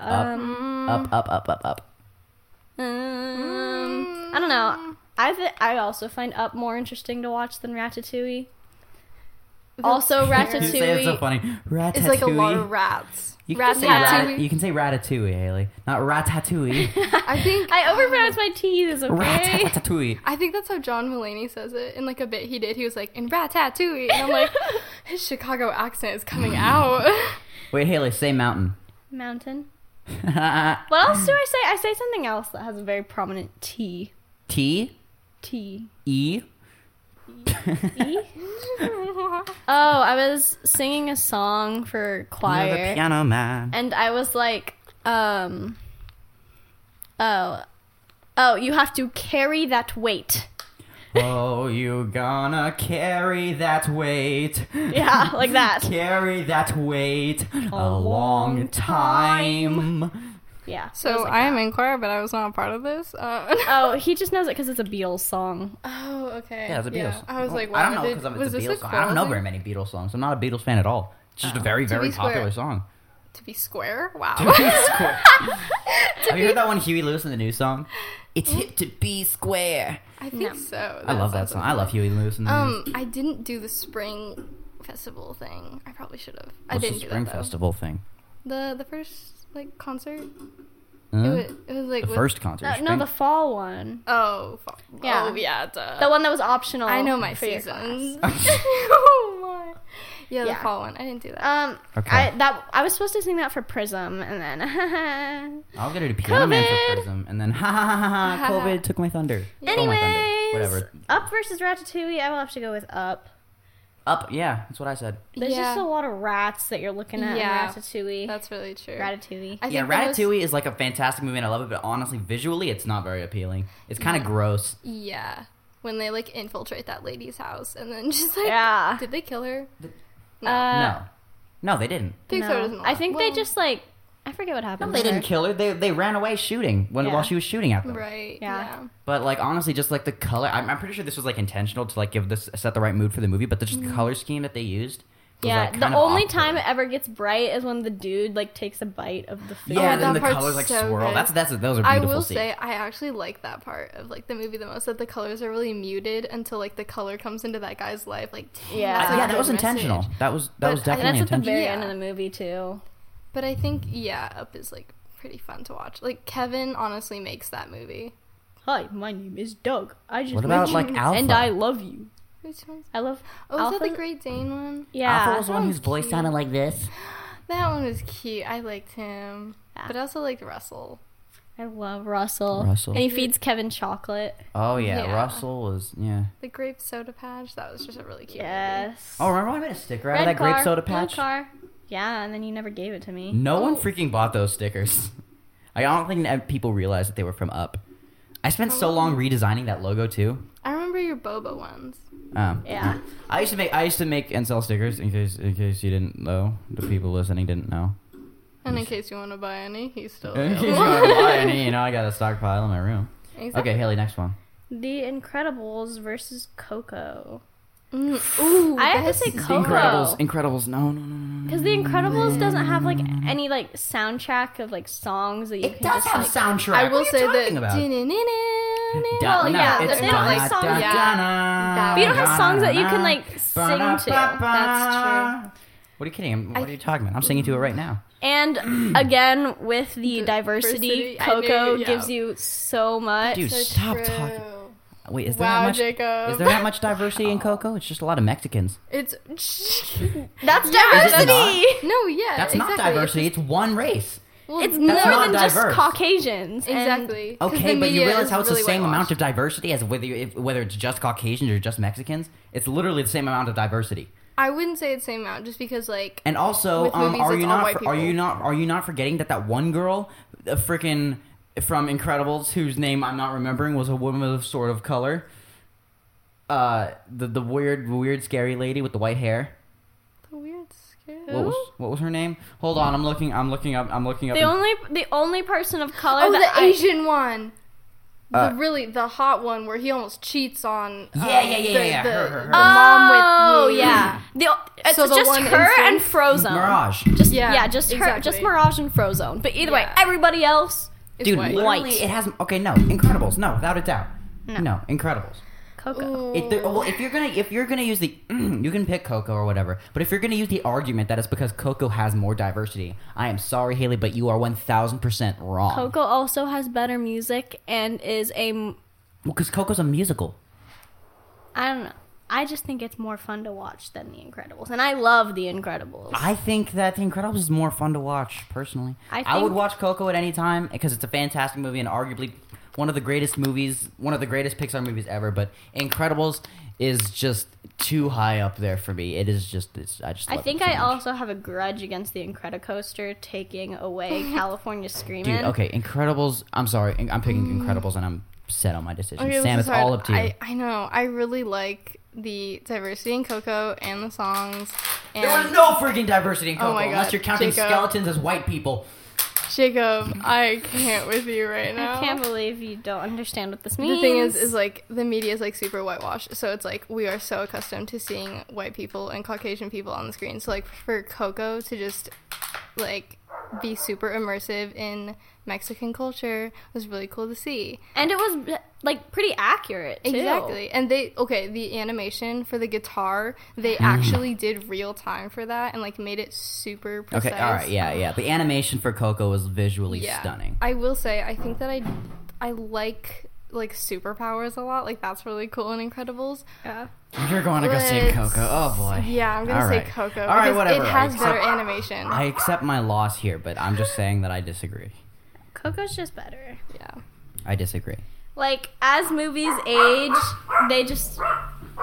S3: Um,
S2: Mm.
S1: Up, up, up, up, up.
S3: um, I don't know. I th- I also find Up more interesting to watch than Ratatouille. Also,
S1: You say it's so
S3: Ratatouille.
S1: funny. Ratatouille.
S2: It's like a lot of rats.
S1: you, can say
S3: Ratatouille.
S1: rat- you can say ratatouille, Haley. Not ratatouille.
S2: I think um,
S3: I overpronounce my T's, okay?
S1: ratatouille.
S2: I think that's how John Mulaney says it in like a bit he did. He was like in Ratatouille, and I'm like, his Chicago accent is coming out.
S1: Wait, Haley, say mountain.
S3: Mountain. What else do I say? I say something else that has a very prominent T.
S1: T
S3: T.
S1: E.
S3: E? Oh, I was singing a song for
S1: You're the
S3: choir.
S1: piano man.
S3: and I was like, um, oh, oh, you have to carry that weight.
S1: oh, you gonna carry that weight.
S3: Yeah, like that.
S1: Carry that weight a, long
S3: long
S1: time.
S3: Yeah. it was
S2: so
S3: like
S2: I am
S3: that.
S2: in choir, but I was not a part of this. Uh,
S3: Oh, he just knows it because it's a Beatles song.
S2: oh, okay.
S1: Yeah, it's a Beatles.
S2: I was like,
S1: I don't
S2: wow,
S1: know
S2: did-
S1: because I'm
S2: was
S1: it's a
S2: this
S1: Beatles song. I don't know very
S2: choir?
S1: many Beatles songs. I'm not a Beatles fan at all. It's just a very,
S2: To be
S1: very popular
S2: square.
S1: song.
S2: To be square,
S1: To
S2: wow.
S1: be square. Have you heard that one Huey Lewis in the new song? It's hip to be square.
S2: I think so.
S1: I love that
S2: sounds
S1: song. I love Huey Lewis in the news.
S2: Um, I didn't do the spring festival thing. I probably should have. I
S1: What's
S2: didn't
S1: the
S2: do
S1: spring
S2: that though.
S1: festival thing?
S2: The the first like concert. It,
S1: Huh?
S2: was, it was like
S1: the
S2: with-
S1: first concert.
S3: No, no,
S1: spring-
S3: the fall one.
S2: Oh, fu-
S3: Yeah.
S2: Oh, yeah. Duh.
S3: The one that was optional.
S2: I know my
S3: for your
S2: seasons.
S3: class.
S2: oh my. Yeah, the
S3: Yeah.
S2: fall one. I didn't do that.
S3: Um,
S1: Okay.
S3: I that I was supposed to sing that for Prism, and then
S1: I'll get her to Piano Man for
S3: COVID.
S1: Prism, and then ha ha ha ha, ha COVID took my thunder. Stole my thunder.
S3: anyways,
S1: whatever.
S3: Up versus Ratatouille, I will have to go with Up.
S1: Up, yeah, that's what I said.
S3: There's
S2: yeah,
S3: just a lot of rats that you're looking at
S2: Yeah.
S3: in Ratatouille.
S2: that's really true.
S3: Ratatouille.
S2: I
S1: Yeah,
S2: think that was-
S1: Ratatouille is like a fantastic movie, and I love it. But honestly, visually, it's not very appealing. It's kind of gross.
S2: yeah, when they like infiltrate that lady's house and then just like,
S3: Yeah.
S2: did they kill her?
S3: uh,
S2: Uh,
S1: no, no, they didn't.
S2: Pixar
S3: no.
S2: doesn't.
S3: I think
S2: well,
S3: they just like I forget what happened.
S1: They
S3: to
S1: didn't
S3: her.
S1: kill her. They they ran away shooting when
S3: Yeah.
S1: while she was shooting at them.
S2: right.
S3: Yeah.
S2: Yeah.
S1: But like honestly, just like the color, I'm, I'm pretty sure this was like intentional to like give this set the right mood for the movie. But the,
S2: Mm-hmm.
S1: just the color scheme that they used. Was,
S3: Yeah,
S1: like, kind
S3: the
S1: of
S3: only
S1: off-putting.
S3: time it ever gets bright is when the dude like takes a bite of the food.
S1: Yeah,
S2: Oh,
S1: then
S2: that
S1: the
S2: part's
S1: colors like
S2: so
S1: swirl.
S2: good.
S1: That's that's those are
S2: I
S1: beautiful
S2: will
S1: scenes.
S2: say I actually like that part of like the movie the most that the colors are really muted until like the color comes into that guy's life like dang,
S3: Yeah.
S2: that's a
S1: yeah, that
S2: good
S1: was intentional.
S2: message.
S1: That was that
S2: But
S1: was
S2: I-
S1: definitely
S3: and that's at the
S1: intentional.
S3: very
S2: Yeah.
S3: end of the movie too.
S2: But I think yeah, Up is like pretty fun to watch. Like Kevin honestly makes that movie.
S3: Hi, my name is Doug. I just
S1: What about,
S3: met
S1: like,
S3: you,
S1: Alpha?
S3: and I love you.
S2: Which one's
S3: I love.
S2: Oh, is that the
S3: Alpha?
S2: Great Dane one?
S3: Yeah,
S1: Alpha was the one whose
S2: sounds
S1: voice
S2: cute.
S1: sounded like this.
S2: That one was cute. I liked him.
S3: Yeah.
S2: But I also liked Russell.
S3: I love Russell.
S1: Russell.
S3: and he feeds Kevin chocolate.
S1: Oh yeah,
S2: Yeah.
S1: Russell was yeah.
S2: The grape soda patch. That was just a really cute movie.
S3: Yes.
S1: Oh, remember I made a sticker out of that
S3: car,
S1: grape soda
S3: blue
S1: patch. Mm.
S3: car. Yeah, and then you never gave it to me.
S1: No one
S2: Oh.
S1: freaking bought those stickers. I don't think that people realized that they were from Up. I spent so long redesigning that logo too.
S2: I remember your
S3: Mm.
S2: boba ones.
S1: Um,
S3: Yeah.
S1: I used to make I used to make and sell stickers in case in case you didn't know the people listening didn't know.
S2: And in case you want to buy any, he's still
S1: In case you
S2: available.
S1: wanna buy any, you know I got a stockpile in my room.
S2: Exactly.
S1: Okay, Haley, next one.
S3: The Incredibles versus Coco.
S2: Mm, ooh,
S3: I have to
S2: that's-
S3: say
S1: The
S3: Coco.
S1: Incredibles. Incredibles. No, no, no, no. no.
S3: Because The Incredibles
S2: Mm.
S3: doesn't have like any like soundtrack of like songs that you
S1: It
S3: can
S1: does
S3: just
S1: have
S3: like.
S1: soundtrack.
S2: I will
S1: What are
S2: say
S1: you
S2: that
S1: talking about?
S2: Well,
S1: Well,
S3: yeah,
S1: it's
S3: but they don't like songs-
S2: Yeah.
S1: yeah.
S2: But you don't
S3: have songs that you can, like, sing to.
S2: That's
S1: true. What are you kidding? I'm- What
S2: I-
S1: are you talking about? I'm singing to it right now.
S3: And again, with the diversity,
S2: diversity, I knew,
S3: Coco
S2: yeah.
S3: gives you so much.
S1: Dude,
S2: So
S1: stop
S2: true.
S1: talking. Wait, is there
S2: Wow,
S1: not much?
S2: Jacob.
S1: Is there not much diversity in Coco? It's just a lot of Mexicans.
S2: It's
S3: That's
S1: that's
S3: diversity.
S2: no, yeah.
S1: That's
S2: Uh, exactly.
S1: not diversity. It's one race.
S2: Well,
S3: It's
S1: That's
S3: more
S1: not
S3: than
S1: diverse.
S3: just Caucasians. and-
S2: exactly 'Cause
S1: Okay,
S2: the
S1: but you
S2: media
S1: realize
S2: is
S1: how it's
S2: really
S1: the same amount
S2: whitewashed.
S1: of diversity as whether you, if, whether it's just Caucasians or just Mexicans. It's literally the same amount of diversity.
S2: I wouldn't say it's the same amount, just because like
S1: And also,
S2: With
S1: um,
S2: movies,
S1: are
S2: it's
S1: you
S2: all
S1: not
S2: white
S1: for- are you
S2: people.
S1: not are you not forgetting that that one girl, the freaking from Incredibles, whose name I'm not remembering, was a woman of sort of color. uh, the the weird weird scary lady with the white hair.
S2: The weird scary.
S1: What was what was her name? Hold on, I'm looking. I'm looking up. I'm looking up.
S3: The
S1: in-
S3: only the only person of color
S2: Oh, the
S3: that I-
S2: Asian one.
S1: Uh,
S2: the really the hot one where he almost cheats on.
S1: Yeah,
S2: um,
S1: yeah, yeah,
S2: the,
S1: yeah,
S2: The,
S1: her, her, her.
S2: the mom
S3: oh
S2: with.
S3: yeah, the, it's
S2: So the
S3: just
S2: one
S3: her
S2: instance-
S3: and Frozen.
S1: Mirage.
S3: Just yeah,
S2: Yeah,
S3: just her, just
S2: exactly.
S3: Mirage and Frozen. But either way,
S2: Yeah.
S3: everybody else.
S2: It's
S1: Dude,
S2: white.
S1: literally,
S3: White.
S1: it has. Okay, no, Incredibles, no, without a doubt, no, Incredibles.
S3: Coco.
S2: Ooh.
S1: If there, well, if you're gonna if you're gonna use the you can pick Coco or whatever, but if you're gonna use the argument that it's because Coco has more diversity, I am sorry, Haley, but you are one thousand percent wrong.
S3: Coco also has better music and is a. m-
S1: because Coco's a musical.
S3: I don't know. I just think it's more fun to watch than The Incredibles, and I love The Incredibles.
S1: I think that The Incredibles is more fun to watch personally.
S3: I
S1: would
S3: think-
S1: watch Coco at any time because it's a fantastic movie and arguably one of the greatest movies, one of the greatest Pixar movies ever. But Incredibles is just too high up there for me. It is just it's, I just
S3: I
S1: love it
S3: think
S1: so
S3: I
S1: much.
S3: also have a grudge against the Incredicoaster taking away California Screamin'.
S1: Dude, okay, Incredibles. I'm sorry, In- I'm picking Incredibles, and I'm set on my decision.
S2: Mm. Okay, this
S1: Sam,
S2: is
S1: it's all
S2: hard.
S1: up to you.
S2: I, I know. I really like the diversity in Coco and the songs. And
S1: there was no freaking diversity in
S2: Oh
S1: Coco
S2: my
S1: unless
S2: God,
S1: you're counting
S2: Jacob.
S1: skeletons as white people.
S2: Jacob, I can't with you right now.
S3: I can't believe you don't understand what this means.
S2: the thing is, is like the media is like super whitewashed, so it's like we are so accustomed to seeing white people and Caucasian people on the screen. So like for Coco to just like be super immersive in Mexican culture was really cool to see.
S3: and it was like pretty accurate too.
S2: Exactly. And they okay, the animation for the guitar, they
S1: Mm.
S2: actually did real time for that and like made it super precise.
S1: Okay, all right, yeah, yeah. The animation for Coco was visually
S2: Yeah.
S1: stunning.
S2: I will say I think that I I like like superpowers a lot. Like that's really cool in Incredibles.
S3: Yeah.
S1: You're going to go say
S2: Let's-
S1: Coco. Oh boy.
S2: Yeah, I'm gonna
S1: All
S2: say
S1: right.
S2: Coco.
S1: All right,
S2: because
S1: whatever.
S2: It
S1: I
S2: has better
S1: accept-
S2: animation.
S1: I accept my loss here, but I'm just saying that I disagree.
S3: Coco's just better.
S2: yeah.
S1: I disagree.
S3: Like as movies age, they just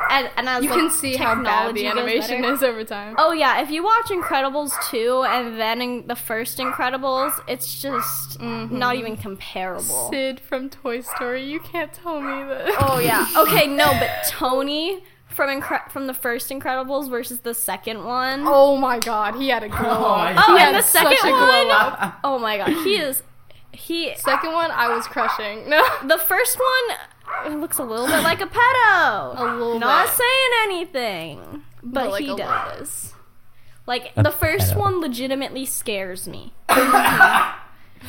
S3: and, and as
S2: You
S3: like,
S2: can see how bad
S3: technology
S2: the
S3: goes
S2: animation
S3: better-
S2: is over time.
S3: Oh yeah, if you watch Incredibles 2 and then in the first Incredibles, it's just
S2: Mm-hmm.
S3: not even comparable.
S2: Sid from Toy Story, you can't tell me that.
S3: Oh yeah. Okay, no, but Tony from Incre- from the first Incredibles versus the second one. Oh,
S2: Oh my god, he had a glow
S1: Oh my
S2: up.
S1: God.
S2: He
S1: Oh,
S2: had
S3: and the
S2: such
S3: second
S2: a glow up.
S3: one. Oh my god, he is he.
S2: Second one, I was crushing. No.
S3: The first one it looks a little bit like a pedo.
S2: A little
S3: Not
S2: bit.
S3: saying anything, but,
S2: like, a
S3: he
S2: little
S3: does. Like
S1: A
S3: the first
S1: pedo.
S3: one legitimately scares me. I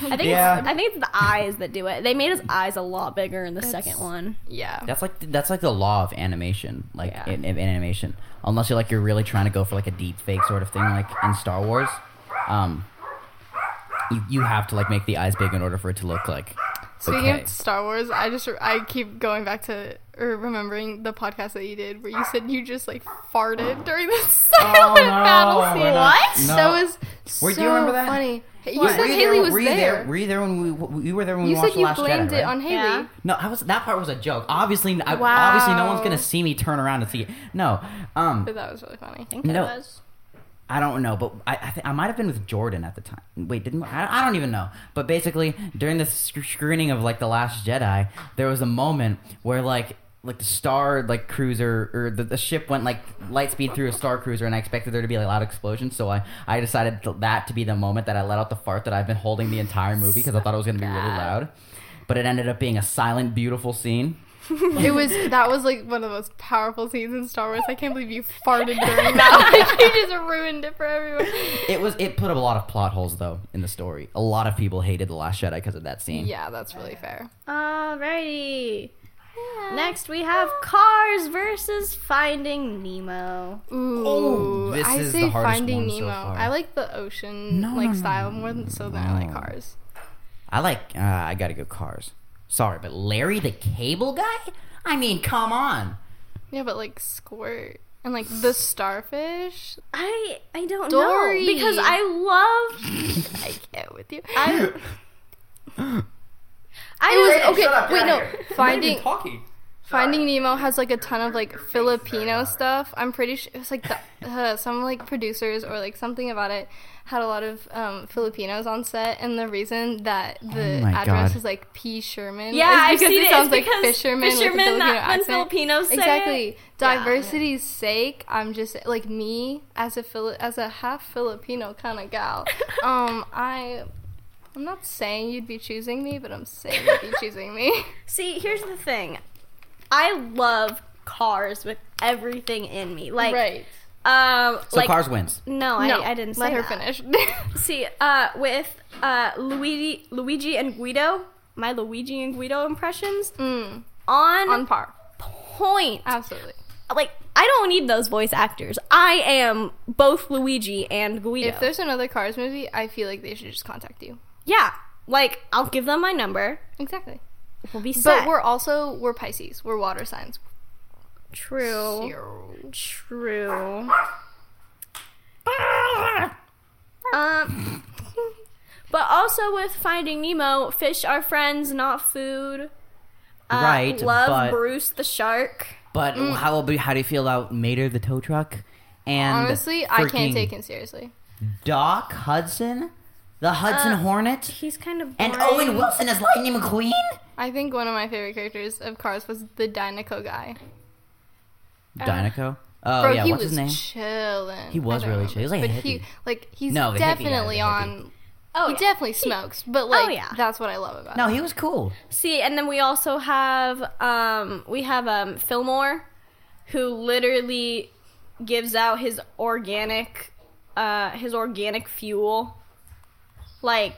S3: think
S1: Yeah.
S3: it's, I think it's the eyes that do it. They made his eyes a lot bigger in the second one.
S2: Yeah.
S1: That's like that's like the law of animation, like
S3: Yeah.
S1: in, in animation. Unless you're like you're really trying to go for like a deep fake sort of thing, like in Star Wars, um, you, you have to like make the eyes big in order for it to look like.
S2: Speaking
S1: okay.
S2: of Star Wars, I just I keep going back to or remembering the podcast that you did where you said you just like farted during the silent
S1: Oh, no,
S2: battle
S1: we're
S2: scene.
S1: not-
S2: What?
S1: no.
S2: That was
S1: Where- do
S2: so
S1: you remember that?
S2: funny. You
S1: Were
S2: said Haley was
S1: were you
S2: there.
S1: Were you there when we- we you were there when we
S2: You
S1: watched
S2: said
S1: the
S2: you
S1: Last
S2: blamed
S1: Jedi,
S2: it
S1: right?
S2: on Haley.
S3: Yeah.
S1: No, I was that part was a joke. Obviously, I, obviously, no one's
S2: Wow.
S1: gonna see me turn around and see it. No, um,
S2: But that was really funny.
S3: I think
S1: No.
S3: it was.
S1: I don't know, but I I, th- I might have been with Jordan at the time. Wait, didn't I, I don't even know. But basically, during the sc- screening of like the Last Jedi, there was a moment where like like the star like cruiser or the, the ship went like light speed through a star cruiser and i expected there to be a loud explosion so i i decided th- that to be the moment that i let out the fart that i've been holding the entire movie because i thought it was going to be really loud but it ended up being a silent beautiful scene
S2: It was that was like one of the most powerful scenes in Star Wars. I can't believe you farted during that. Like you just ruined it for everyone.
S1: It was. It put up a lot of plot holes though in the story. A lot of people hated the Last Jedi because of that scene.
S2: Yeah, that's really fair.
S3: Alrighty. Next we have Cars versus Finding Nemo.
S2: Ooh,
S1: Oh, this
S2: I
S1: is
S2: say
S1: the hardest
S2: Finding
S1: one so
S2: Nemo.
S1: far.
S2: I like the ocean
S1: No,
S2: like
S1: no, no,
S2: style more than so than I like
S1: no.
S2: cars.
S1: I like. Uh, I gotta go Cars. Sorry, but Larry the Cable Guy. I mean, come on.
S2: Yeah, but like Squirt and like the starfish.
S3: I I don't
S2: Dory.
S3: know because I love
S2: I can't with you.
S3: I I
S2: It was
S3: just-
S2: okay. wait, no. Finding
S1: talking.
S2: Finding Nemo has like a ton of like Filipino stuff. I'm pretty sure it was like the, uh, some like producers or like something about it had a lot of um, Filipinos on set, and the reason that
S1: Oh
S2: the
S1: my
S2: address
S1: God.
S2: is like P Sherman,
S4: Yeah, I've
S2: is because
S4: seen it.
S2: it
S4: It's
S2: sounds like
S4: because
S2: fisherman, with a
S4: fisherman,
S2: Filipino
S4: that- when
S2: accent.
S4: Filipinos say it.
S2: exactly.
S4: Yeah.
S2: Diversity's sake, I'm just like me as a Fili- as a half Filipino kind of gal. um, I. I'm not saying you'd be choosing me, but I'm saying you'd be choosing me.
S3: See, here's the thing. I love cars with everything in me. Like,
S2: right.
S3: um,
S1: So
S3: like
S1: cars wins.
S3: No,
S2: No,
S3: I, I didn't say
S2: let her
S3: that.
S2: finish.
S3: See, uh, with uh, Luigi, Luigi and Guido, my Luigi and Guido impressions
S2: mm,
S3: on,
S2: on par,
S3: point.
S2: absolutely.
S3: Like, I don't need those voice actors. I am both Luigi and Guido.
S2: If there's another Cars movie, I feel like they should just contact you.
S3: yeah, like I'll give them my number.
S2: Exactly.
S3: We'll be set.
S2: But we're also we're Pisces. We're water signs.
S3: true.
S2: So-
S3: True. um, but also with Finding Nemo, fish are friends, not food. Uh,
S1: Right,
S3: Love
S1: but-
S3: Bruce the shark.
S1: But
S2: mm.
S1: how will be, how do you feel about Mater the tow truck? And
S2: Honestly, I can't
S1: freaking
S2: take him seriously.
S1: Doc Hudson, the
S2: Uh,
S1: Hudson Hornet,
S3: He's kind of
S1: and
S3: boring.
S1: Owen Wilson as Lightning McQueen.
S2: I think one of my favorite characters of Cars was the Dynaco guy.
S1: Dynaco. Oh
S2: Uh, Bro,
S1: yeah,
S2: he
S1: what's
S2: was
S1: his name?
S2: chilling.
S1: He was
S2: I don't
S1: really
S2: remember.
S1: chill. He was like a
S2: but he
S1: hippie.
S2: like he's
S1: No, the hippie guy, the
S2: definitely
S1: hippie.
S2: on.
S3: Oh,
S2: he
S3: yeah. oh,
S2: definitely smokes, but like
S3: yeah.
S2: that's what I love about.
S1: No,
S2: him.
S1: he was cool.
S3: See, and then we also have um we have um Fillmore who literally gives out his organic uh his organic fuel. Like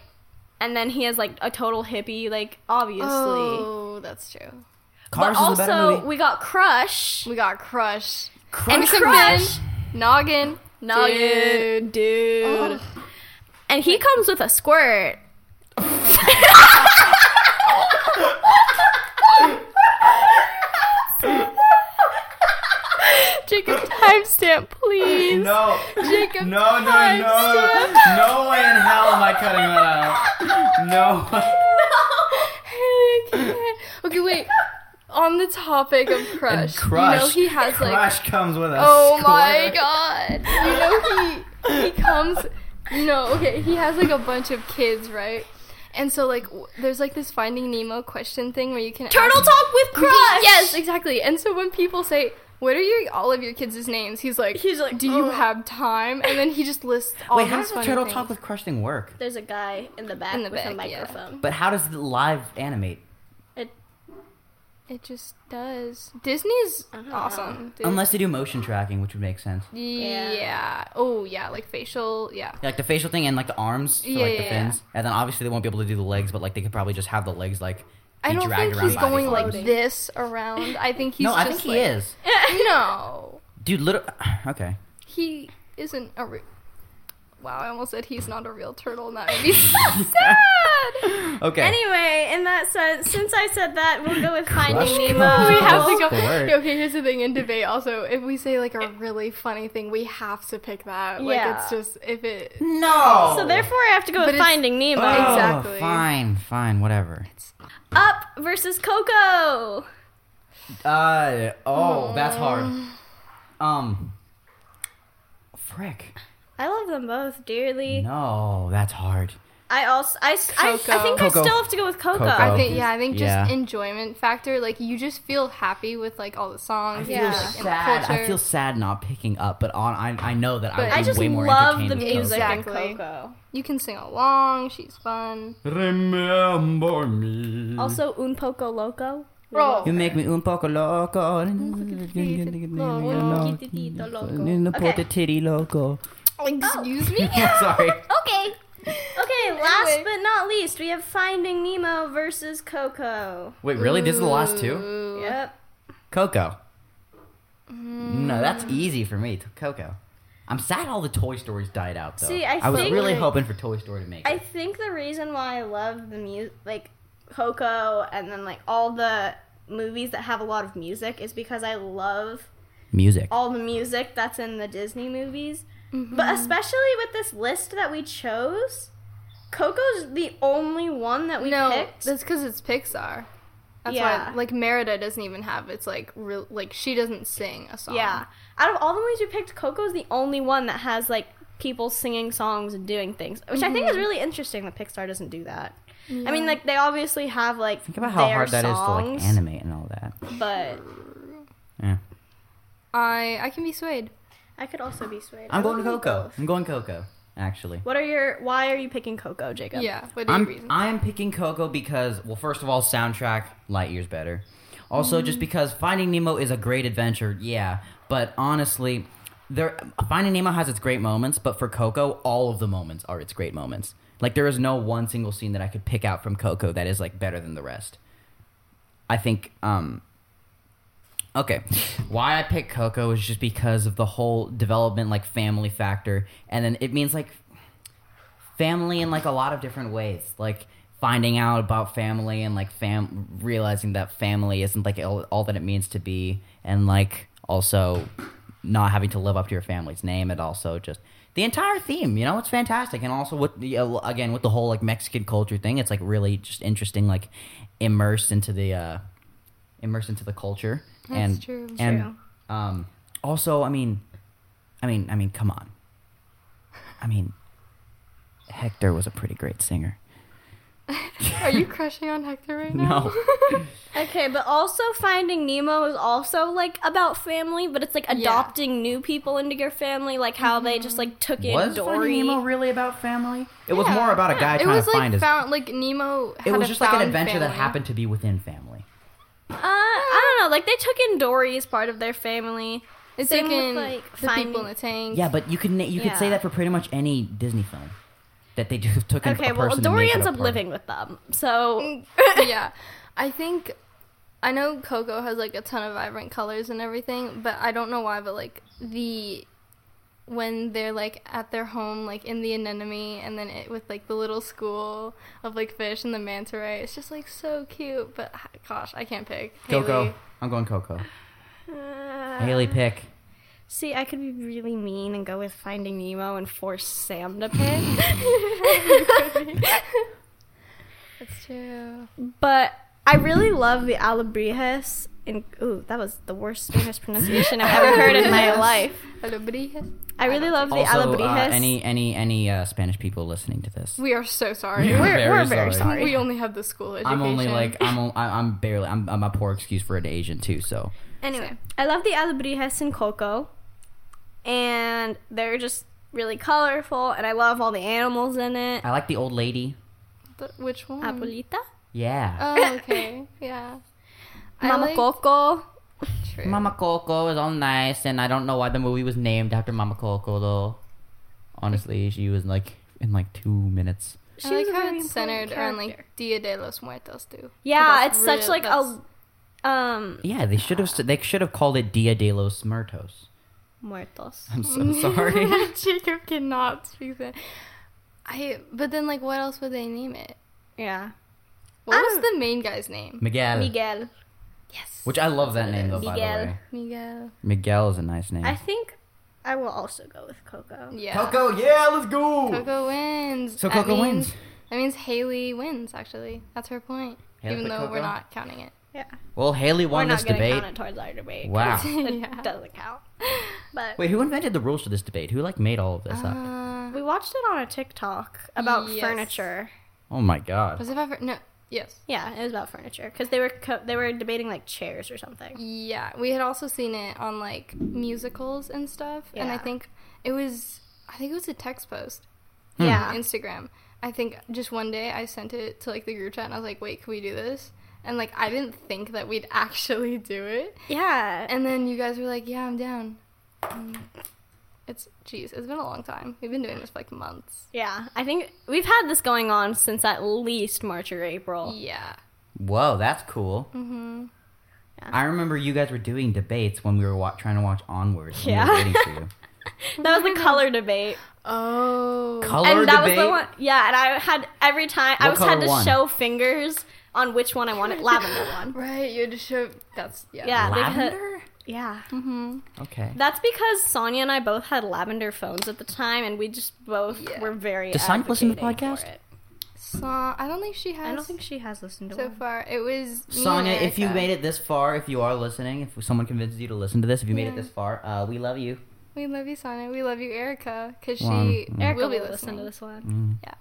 S3: and then he has like a total hippie, like obviously.
S2: Oh, that's true.
S1: Cars
S3: but
S1: is a better
S3: also
S1: movie.
S3: we got Crush.
S2: We got Crush.
S1: Crush.
S2: Anderson
S3: Crush.
S2: Penn. Noggin.
S3: Dude.
S2: Ugh.
S3: Dude. And he comes with a squirt.
S2: Jacob timestamp, please.
S1: No,
S2: Jacob
S1: no, no, no, no way in hell am I cutting that out. No.
S2: I can't. Okay, wait. On the topic of crush, you know he has like
S1: comes with us.
S2: oh my god, you know he he comes, you know okay he has like a bunch of kids right, and so like w- there's like this Finding Nemo question thing where you can
S3: Turtle
S2: ask-
S3: talk with Crush.
S2: yes exactly, and so when people say. What are your all of your kids' names? He's like,
S3: He's like,
S2: do you
S3: "Ugh."
S2: have time? And then he just lists all
S1: Wait,
S2: these
S1: how does the
S2: Oh, funny
S1: turtle
S2: things.
S1: talk with crush thing work?
S3: There's a guy in the back
S2: In the
S3: with a
S2: back, yeah.
S3: microphone.
S1: But how does the live animate?
S3: It
S2: It just does. Disney's
S3: Uh-huh.
S2: awesome. dude.
S1: Unless they do motion tracking, which would make sense.
S2: Yeah.
S3: Yeah.
S2: Oh yeah, like facial. Yeah.
S1: Like the facial thing and like the arms for
S2: Yeah,
S1: like the
S2: yeah,
S1: fins, and then obviously they won't be able to do the legs, but like they could probably just have the legs like be
S2: I don't
S1: dragged
S2: think
S1: around
S2: he's
S1: by the
S2: going like
S1: floating.
S2: this around. I think he's
S1: no, I
S2: just
S1: think he
S2: like,
S1: is,
S2: No,
S1: dude. Little okay.
S2: he isn't a. Re- wow, I almost said he's not a real turtle. and That would be so sad.
S1: Okay.
S3: Anyway, in that sense, since I said that, we'll go with
S1: Crush
S3: Finding Nemo.
S1: comes
S2: We
S1: That's
S2: have to go.
S1: the word.
S2: Okay, here's the thing in debate. Also, if we say like a really funny thing, we have to pick that. Like
S3: Yeah.
S2: it's just if it.
S1: No.
S3: So therefore, I have to go
S2: But
S3: with
S2: it's-
S3: Finding Nemo.
S1: Oh,
S2: Exactly.
S1: Fine, fine, whatever.
S3: Up versus Coco.
S1: Uh oh, that's hard. Um, frick.
S3: I love them both dearly.
S1: No, that's hard.
S3: I also, I, s- I- I
S2: Coco.
S3: think
S1: Coco.
S3: I still have to go with Coco.
S1: Coco.
S2: I think yeah, I think just
S1: Yeah.
S2: enjoyment factor. Like you just feel happy with like all the songs.
S1: I
S3: Yeah.
S1: feel
S2: and, like, in the
S1: sad. I
S2: culture.
S1: feel sad not picking up, but on I, I know that
S2: But-
S1: I would
S3: I
S1: be
S3: just
S1: way more
S3: love the
S1: entertained with
S3: music
S1: Coco. Mm-hmm.
S2: Exactly.
S3: in Coco.
S2: You can sing along. She's fun.
S1: Remember me.
S3: Also, Un Poco Loco.
S2: Bro.
S1: you make me un poco loco.
S2: Un
S3: poquitito loco.
S1: Un
S3: Okay.
S1: poco titty loco.
S2: Excuse me.
S1: Sorry.
S3: Okay. Okay, last
S2: Anyway.
S3: but not least, we have Finding Nemo versus Coco.
S1: Wait, really? These are the last two?
S3: Mm.
S2: Ooh.
S3: Yep.
S1: Coco.
S3: Mm.
S1: No, that's easy for me. t- Coco. I'm sad all the Toy Stories died out though.
S3: See, I
S1: was
S3: think-
S1: really hoping for Toy Story to make.
S3: I
S1: it.
S3: think the reason why I love the music, like Coco, and then like all the movies that have a lot of music, is because I love
S1: Music.
S3: all the music that's in the Disney movies.
S2: Mm-hmm.
S3: But especially with this list that we chose, Coco's the only one that we
S2: No,
S3: picked.
S2: that's because it's Pixar. That's
S3: Yeah.
S2: why, like, Merida doesn't even have. It's like, real, like she doesn't sing a song.
S3: Yeah. Out of all the ones you picked, Coco's the only one that has like people singing songs and doing things, which I think
S2: Mm-hmm.
S3: is really interesting that Pixar doesn't do that. I mean, like they obviously have like
S1: Think about how
S3: their
S1: hard that is to
S3: songs,
S1: like animate and all that.
S3: but
S1: Yeah.
S2: I I can be swayed.
S3: I could also be swayed.
S1: I'm
S3: I
S1: going
S3: would do
S1: Coco.
S3: both.
S1: I'm going Coco. Actually.
S3: What are your? Why are you picking Coco, Jacob?
S2: Yeah. What are your
S1: I'm
S2: reasons?
S1: I'm picking Coco because well, first of all, soundtrack Lightyear's better. Also, just because Finding Nemo is a great adventure, yeah. But honestly, there Finding Nemo has its great moments, but for Coco, all of the moments are its great moments. Like there is no one single scene that I could pick out from Coco that is like better than the rest. I think um Okay. Why I picked Coco is just because of the whole development like family factor and then it means like family in like a lot of different ways. Like finding out about family and like fam realizing that family isn't like all, all that it means to be and like also not having to live up to your family's name and also just the entire theme, you know, it's fantastic and also with the again with the whole like Mexican culture thing, it's like really just interesting like immersed into the uh immersed into the culture.
S2: That's
S1: and
S2: true.
S1: and
S3: True.
S1: um also, I mean I mean I mean come on. I mean Hector was a pretty great singer.
S2: Are you crushing on Hector right now?
S1: No.
S3: Okay, but also Finding Nemo is also like about family, but it's like adopting new people into your family, like how they just like took in
S1: was
S3: Dory.
S1: Finding Nemo really about family? It was
S2: Yeah,
S1: more about a guy trying
S2: yeah. it was
S1: to
S2: like
S1: find his.
S2: found, like Nemo. Had
S1: It was
S2: a
S1: just like an
S2: found
S1: adventure that
S2: family.
S1: happened to be within family.
S3: Uh, I don't know. Like they took in Dory as part of their family.
S2: It's
S3: Same
S2: like
S3: with,
S2: in
S3: like,
S2: the
S3: Finding-
S2: people in the tank.
S1: Yeah, but you could na- you could say
S3: Yeah.
S1: that for pretty much any Disney film that they just took in
S3: Okay,
S1: a person.
S3: well
S1: and
S3: Dory
S1: made it
S3: ends
S1: a
S3: up
S1: part of-
S3: living with them, so
S2: yeah. I think I know Coco has like a ton of vibrant colors and everything, but I don't know why, but like the when they're like at their home, like in the anemone, and then it with like the little school of like fish and the manta ray, it's just like so cute. But h- gosh, I can't pick.
S1: Coco.
S2: Haley.
S1: I'm going Coco.
S3: Uh,
S1: Haley, pick.
S3: See, I could be really mean and go with Finding Nemo and force Sam to pick,
S2: That's true.
S3: but I really love the Alabrijas. And ooh, that was the worst Spanish pronunciation I've ever heard in my life.
S2: Alebrije.
S3: I really love the
S1: Also, uh,
S3: Alabrijas.
S1: any any any uh, Spanish people listening to this?
S2: We are so sorry.
S1: Yeah.
S3: we're,
S1: Very
S3: we're very
S1: Oh. sorry.
S3: sorry.
S2: We only have the school education.
S1: I'm only like I'm on- I- I'm barely I'm I'm a poor excuse for an Asian too. So
S3: Anyway, I love the Alabrijas and Coco, and they're just really colorful, and I love all the animals in it.
S1: I like the old lady.
S2: Th- which one?
S3: Abuelita,
S1: Yeah,
S2: Oh, okay. Yeah. I
S3: Mama
S2: like-
S3: Coco.
S2: True.
S1: Mama Coco is all nice, and I don't know why the movie was named after Mama Coco though. Honestly, she was like in like two minutes.
S2: I like
S3: was a
S2: how
S3: very
S2: it's
S3: important
S2: centered around like
S3: character.
S2: Dia de los Muertos too.
S3: Yeah,
S2: That's
S3: it's such
S2: real-
S3: like
S2: that's-
S3: a um
S1: Yeah, they should have st- they should have called it Dia de los Muertos.
S3: muertos.
S1: I'm so sorry.
S2: Jacob cannot speak that. I but then like what else would they name it?
S3: Yeah,
S2: What
S3: I
S2: was
S3: don't-
S2: the main guy's name?
S1: Miguel.
S3: Miguel.
S2: Yes.
S1: Which I love that name though. By
S3: Miguel.
S1: the way,
S2: Miguel.
S1: Miguel is a nice name.
S3: I think I will also go with Coco.
S2: Yeah.
S1: Coco, yeah, let's go.
S2: Coco wins.
S1: So
S2: That
S1: Coco
S2: means-
S1: wins.
S2: That means Haley wins actually. That's her point.
S1: Haley
S2: Even
S1: for
S2: though we're
S1: Coco?
S2: not counting it.
S3: Yeah,
S1: Well, Haley
S3: we're
S1: won this
S3: not gonna
S1: debate.
S3: count it towards our debate. 'cause
S1: Wow.
S3: it
S2: Yeah.
S3: doesn't count. But
S1: Wait, who invented the rules for this debate? Who like made all of this up?
S2: Uh,
S3: we watched it on a TikTok about
S2: Yes.
S3: furniture.
S1: Oh my god.
S2: was it ever no yes.
S3: Yeah, it was about furniture because they were co- they were debating like chairs or something.
S2: Yeah, we had also seen it on like musicals and stuff, and I
S3: Yeah.
S2: think it was I think it was a text post
S1: Hmm.
S3: Yeah,
S2: on Instagram. I think just one day I sent it to like the group chat, and I was like, "Wait, can we do this?" And like I didn't think that we'd actually do it,
S3: yeah.
S2: and then you guys were like, "Yeah, I'm down." Mm. It's jeez, it's been a long time. We've been doing this for like months.
S3: Yeah, I think we've had this going on since at least March or April.
S2: Yeah,
S1: Whoa, that's cool.
S3: Mm-hmm.
S1: I remember you guys were doing debates when we were wa- trying to watch Onward. and we were
S3: Yeah.
S1: waiting for you.
S3: That was the color debate.
S2: Oh,
S1: Color
S3: and that
S1: debate.
S3: was the one. Yeah, and I had every time I
S1: What
S3: was had
S1: color
S3: to
S1: won?
S3: show fingers on which one I wanted. Lavender one.
S2: right. You had to show. That's yeah.
S3: Yeah,
S1: Lavender?
S3: Because, yeah,
S1: Okay.
S3: that's because Sonia and I both had lavender phones at the time, and we just both
S2: Yeah.
S3: were very.
S1: Does Sonia listen to the
S3: advocating
S1: podcast?
S3: for it.
S2: Song. I don't think she has.
S3: I don't think she has listened to
S2: so
S3: one.
S2: far. It was me and
S1: Sonia, if you
S2: Erica.
S1: made it this far, if you are listening, if someone convinces you to listen to this, if you made
S2: Yeah.
S1: it this far, uh, we love you.
S2: We love you, Sonia. We love you, Erica, because she
S1: One.
S3: Erica
S2: will
S3: will
S2: be
S3: listen
S2: listening.
S3: to this one.
S1: Mm.
S2: Yeah.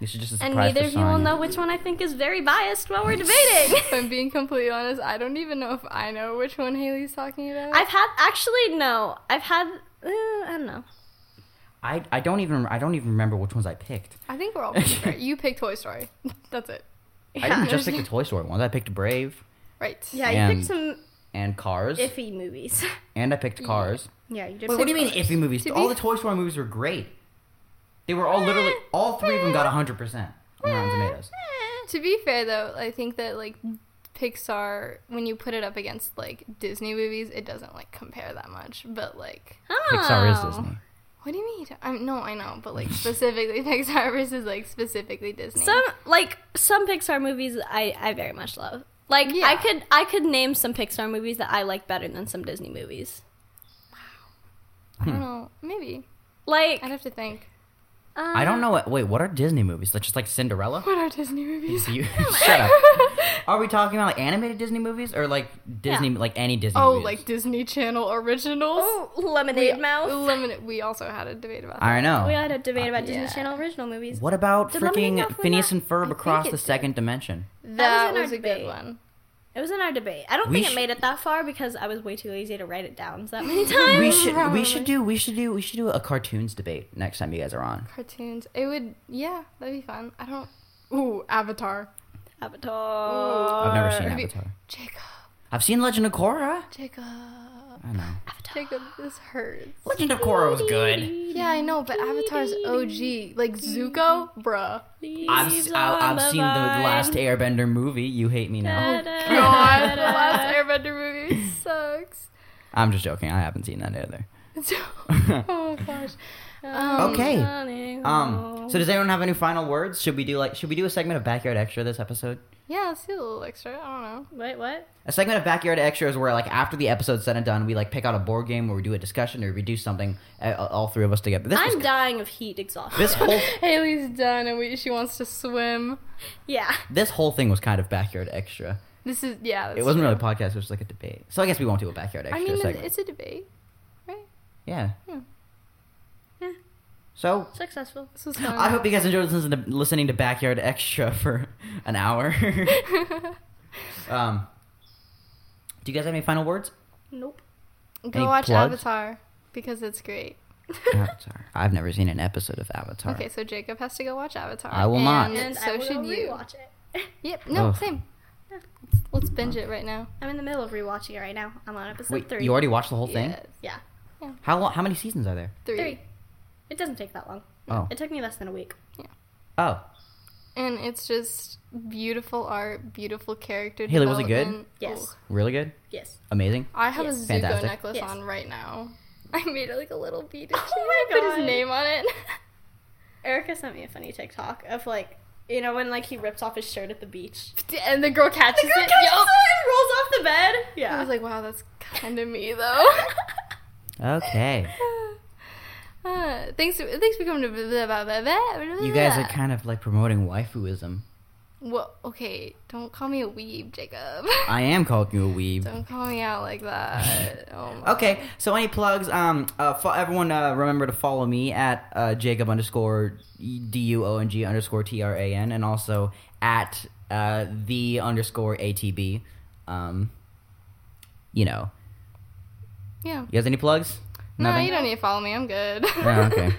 S1: This is just a
S3: And
S1: surprise
S3: neither
S1: for
S3: of you will
S1: Sonia.
S3: know which one I think is very biased while we're debating.
S2: if I'm being completely honest, I don't even know if I know which one Haley's talking about.
S3: I've had actually no. I've had uh, I don't know.
S1: I, I don't even I don't even remember which ones I picked.
S2: I think we're all pretty fair. You picked Toy Story. That's it.
S1: I
S3: Yeah.
S1: didn't just pick the Toy Story ones. I picked Brave
S2: Right.
S3: Yeah, you
S1: And-
S3: picked some
S1: and Cars,
S3: iffy movies.
S1: and I picked Cars.
S3: yeah, you did.
S1: Wait, what do you mean
S3: pick
S1: iffy movies?
S2: To
S1: all
S2: be-
S1: the Toy Story movies were great. They were all literally all three of them got 100% on Rotten Tomatoes.
S2: To be fair, though, I think that like Pixar, when you put it up against like Disney movies, it doesn't like compare that much. But like,
S1: Pixar
S3: Oh.
S1: is Disney.
S2: what do you mean? I'm no, I know, but like specifically Pixar versus like specifically Disney.
S3: Some like some Pixar movies I I very much love. Like
S2: Yeah.
S3: I could I could name some Pixar movies that I like better than some Disney movies.
S1: Hmm.
S2: I don't know. Maybe
S3: Like um,
S2: I'd have to think.
S1: I don't know what. Wait, what are Disney movies? Like just like Cinderella?
S2: What are Disney movies?
S1: You, shut up. Are we talking about like animated Disney movies or like Disney, like any Disney?
S2: oh,
S1: movies?
S2: like Disney Channel originals.
S3: Lemonade Mouth.
S2: Eliminate. We also had a debate about that.
S1: I know.
S3: We had a debate about Disney
S2: yeah.
S3: Channel original movies.
S1: What about
S3: Did Lemonade
S1: freaking
S3: Mouth win
S1: Phineas
S3: that?
S1: and Ferb
S3: I think
S1: across
S3: it
S1: the
S3: did.
S1: second dimension?
S2: That,
S3: was in our
S2: was, a good
S3: debate.
S2: one.
S3: It was in our debate. I don't
S1: We
S3: think
S1: sh-
S3: it made it that far because I was way too lazy to write it down that many times.
S1: We should we should do we should do we should do a cartoons debate next time you guys are on.
S2: Cartoons. It would. Yeah, that'd be fun. I don't. Ooh, Avatar.
S3: Avatar.
S1: I've never seen
S2: Have you-
S1: Avatar.
S2: Jacob.
S1: I've seen Legend of Korra.
S2: Jacob.
S1: I know.
S2: Jacob, this hurts.
S1: Legend of Korra was good.
S2: Yeah, I know, but Avatar's OG. Like Zuko? Bruh.
S1: I've, s- I, have seen the last Airbender movie. You hate me now.
S2: God, the last Airbender movie sucks.
S1: I'm just joking. I haven't seen that either.
S2: oh gosh. Um,
S1: Okay. Um. So does anyone have any final words? Should we do like should we do a segment of Backyard Extra this episode?
S2: Yeah, let's do a little extra. I don't know.
S3: Wait, what?
S1: A segment of Backyard Extra is where, like, after the episode's said and done, we like pick out a board game or we do a discussion or we do something. uh, All three of us together. This was-
S3: I'm dying of heat exhaustion.
S1: this whole
S2: Haley's done and we, she wants to swim.
S3: yeah.
S1: this whole thing was kind of Backyard Extra.
S2: This is, yeah.
S1: It
S2: that's
S1: wasn't
S2: true.
S1: really a podcast. It was like a debate. So I guess we won't do a Backyard
S2: I
S1: Extra
S2: mean,
S1: segment.
S2: it's a debate. Right?
S1: yeah.
S2: Yeah. Hmm.
S3: Yeah.
S1: So
S3: Successful.
S2: This was fun.
S1: I hope you guys enjoyed listen to, listening to Backyard Extra for an hour. um, do you guys have any final words?
S3: Nope.
S2: Go
S1: Any
S2: watch
S1: plugs?
S2: Avatar because it's great.
S1: Avatar. I've never seen an episode of Avatar.
S2: Okay, so Jacob has to go watch Avatar.
S1: I will not.
S2: And,
S3: And
S2: so
S3: I will
S2: should you.
S3: rewatch it.
S2: Yep. No,
S1: Ugh.
S2: same.
S3: Yeah.
S2: Let's binge it right now.
S3: I'm in the middle of rewatching it right now. I'm on episode
S1: Wait,
S3: three.
S1: you already watched the whole thing?
S2: Yes.
S3: yeah,
S1: How long? How many seasons are there?
S2: Three.
S3: three. It doesn't take that long.
S1: Oh.
S3: It took me less than a week.
S1: Oh.
S2: And it's just beautiful art, beautiful character.
S1: Haley, was it good?
S2: development.
S3: Yes.
S2: Ugh.
S1: Really good?
S3: Yes.
S1: Amazing?
S2: I have
S3: Yes.
S2: a Zuko
S1: Fantastic.
S2: necklace
S3: Yes.
S2: on right now. I made like a little beaded.
S3: Oh my
S2: I put
S3: God.
S2: his name on it.
S3: Erica sent me a funny TikTok of like, you know, when like he rips off his shirt at the beach.
S2: and the girl catches
S3: Girl
S2: it.
S3: catches
S2: Yup.
S3: it and rolls off the bed.
S2: I
S3: Yeah.
S2: was like, wow, that's kind of me though.
S1: Okay.
S2: Uh, thanks, thanks for coming to. Blah, blah, blah, blah,
S1: You guys are kind of like promoting waifuism.
S2: Well, okay, don't call me a weeb, Jacob.
S1: I am calling you a weeb.
S2: don't call me out like that. Oh my.
S1: Okay, so any plugs? Um, uh, fo- everyone uh, remember to follow me at uh, Jacob underscore D U O N G underscore T R A N and also at uh, the underscore A T B. Um, you know,
S2: Yeah.
S1: you guys any plugs?
S2: No, you don't need to follow me. I'm good.
S1: Oh, okay.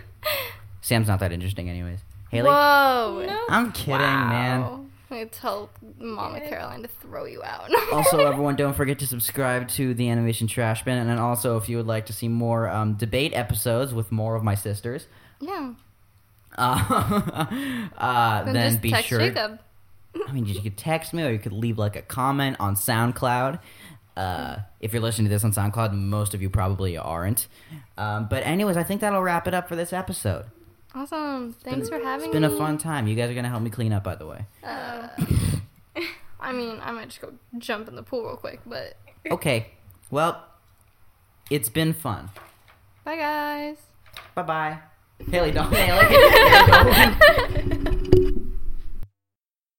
S1: Sam's not that interesting, anyways. Haley,
S2: Whoa.
S1: I'm kidding, man.
S2: Wow. I'm gonna tell Mama Caroline to throw you out.
S1: also, uh, everyone, don't forget to subscribe to the Animation Trash Bin, and then also if you would like to see more um, debate episodes with more of my sisters,
S2: yeah.
S1: uh, uh, then,
S2: Then, just
S1: be
S2: text
S1: sure.
S2: Jacob.
S1: I mean, you could text me, or you could leave like a comment on SoundCloud. Uh, if you're listening to this on SoundCloud, most of you probably aren't. Um, but anyways, I think that'll wrap it up for this episode.
S2: Awesome. Thanks for having
S1: It's been
S2: me. Uh,
S1: a fun time. You guys are gonna help me clean up, by the way.
S2: I mean, I might just go jump in the pool real quick, but
S1: Okay. Well, it's been fun.
S2: bye guys.
S1: Bye bye. Haley, don't Haley.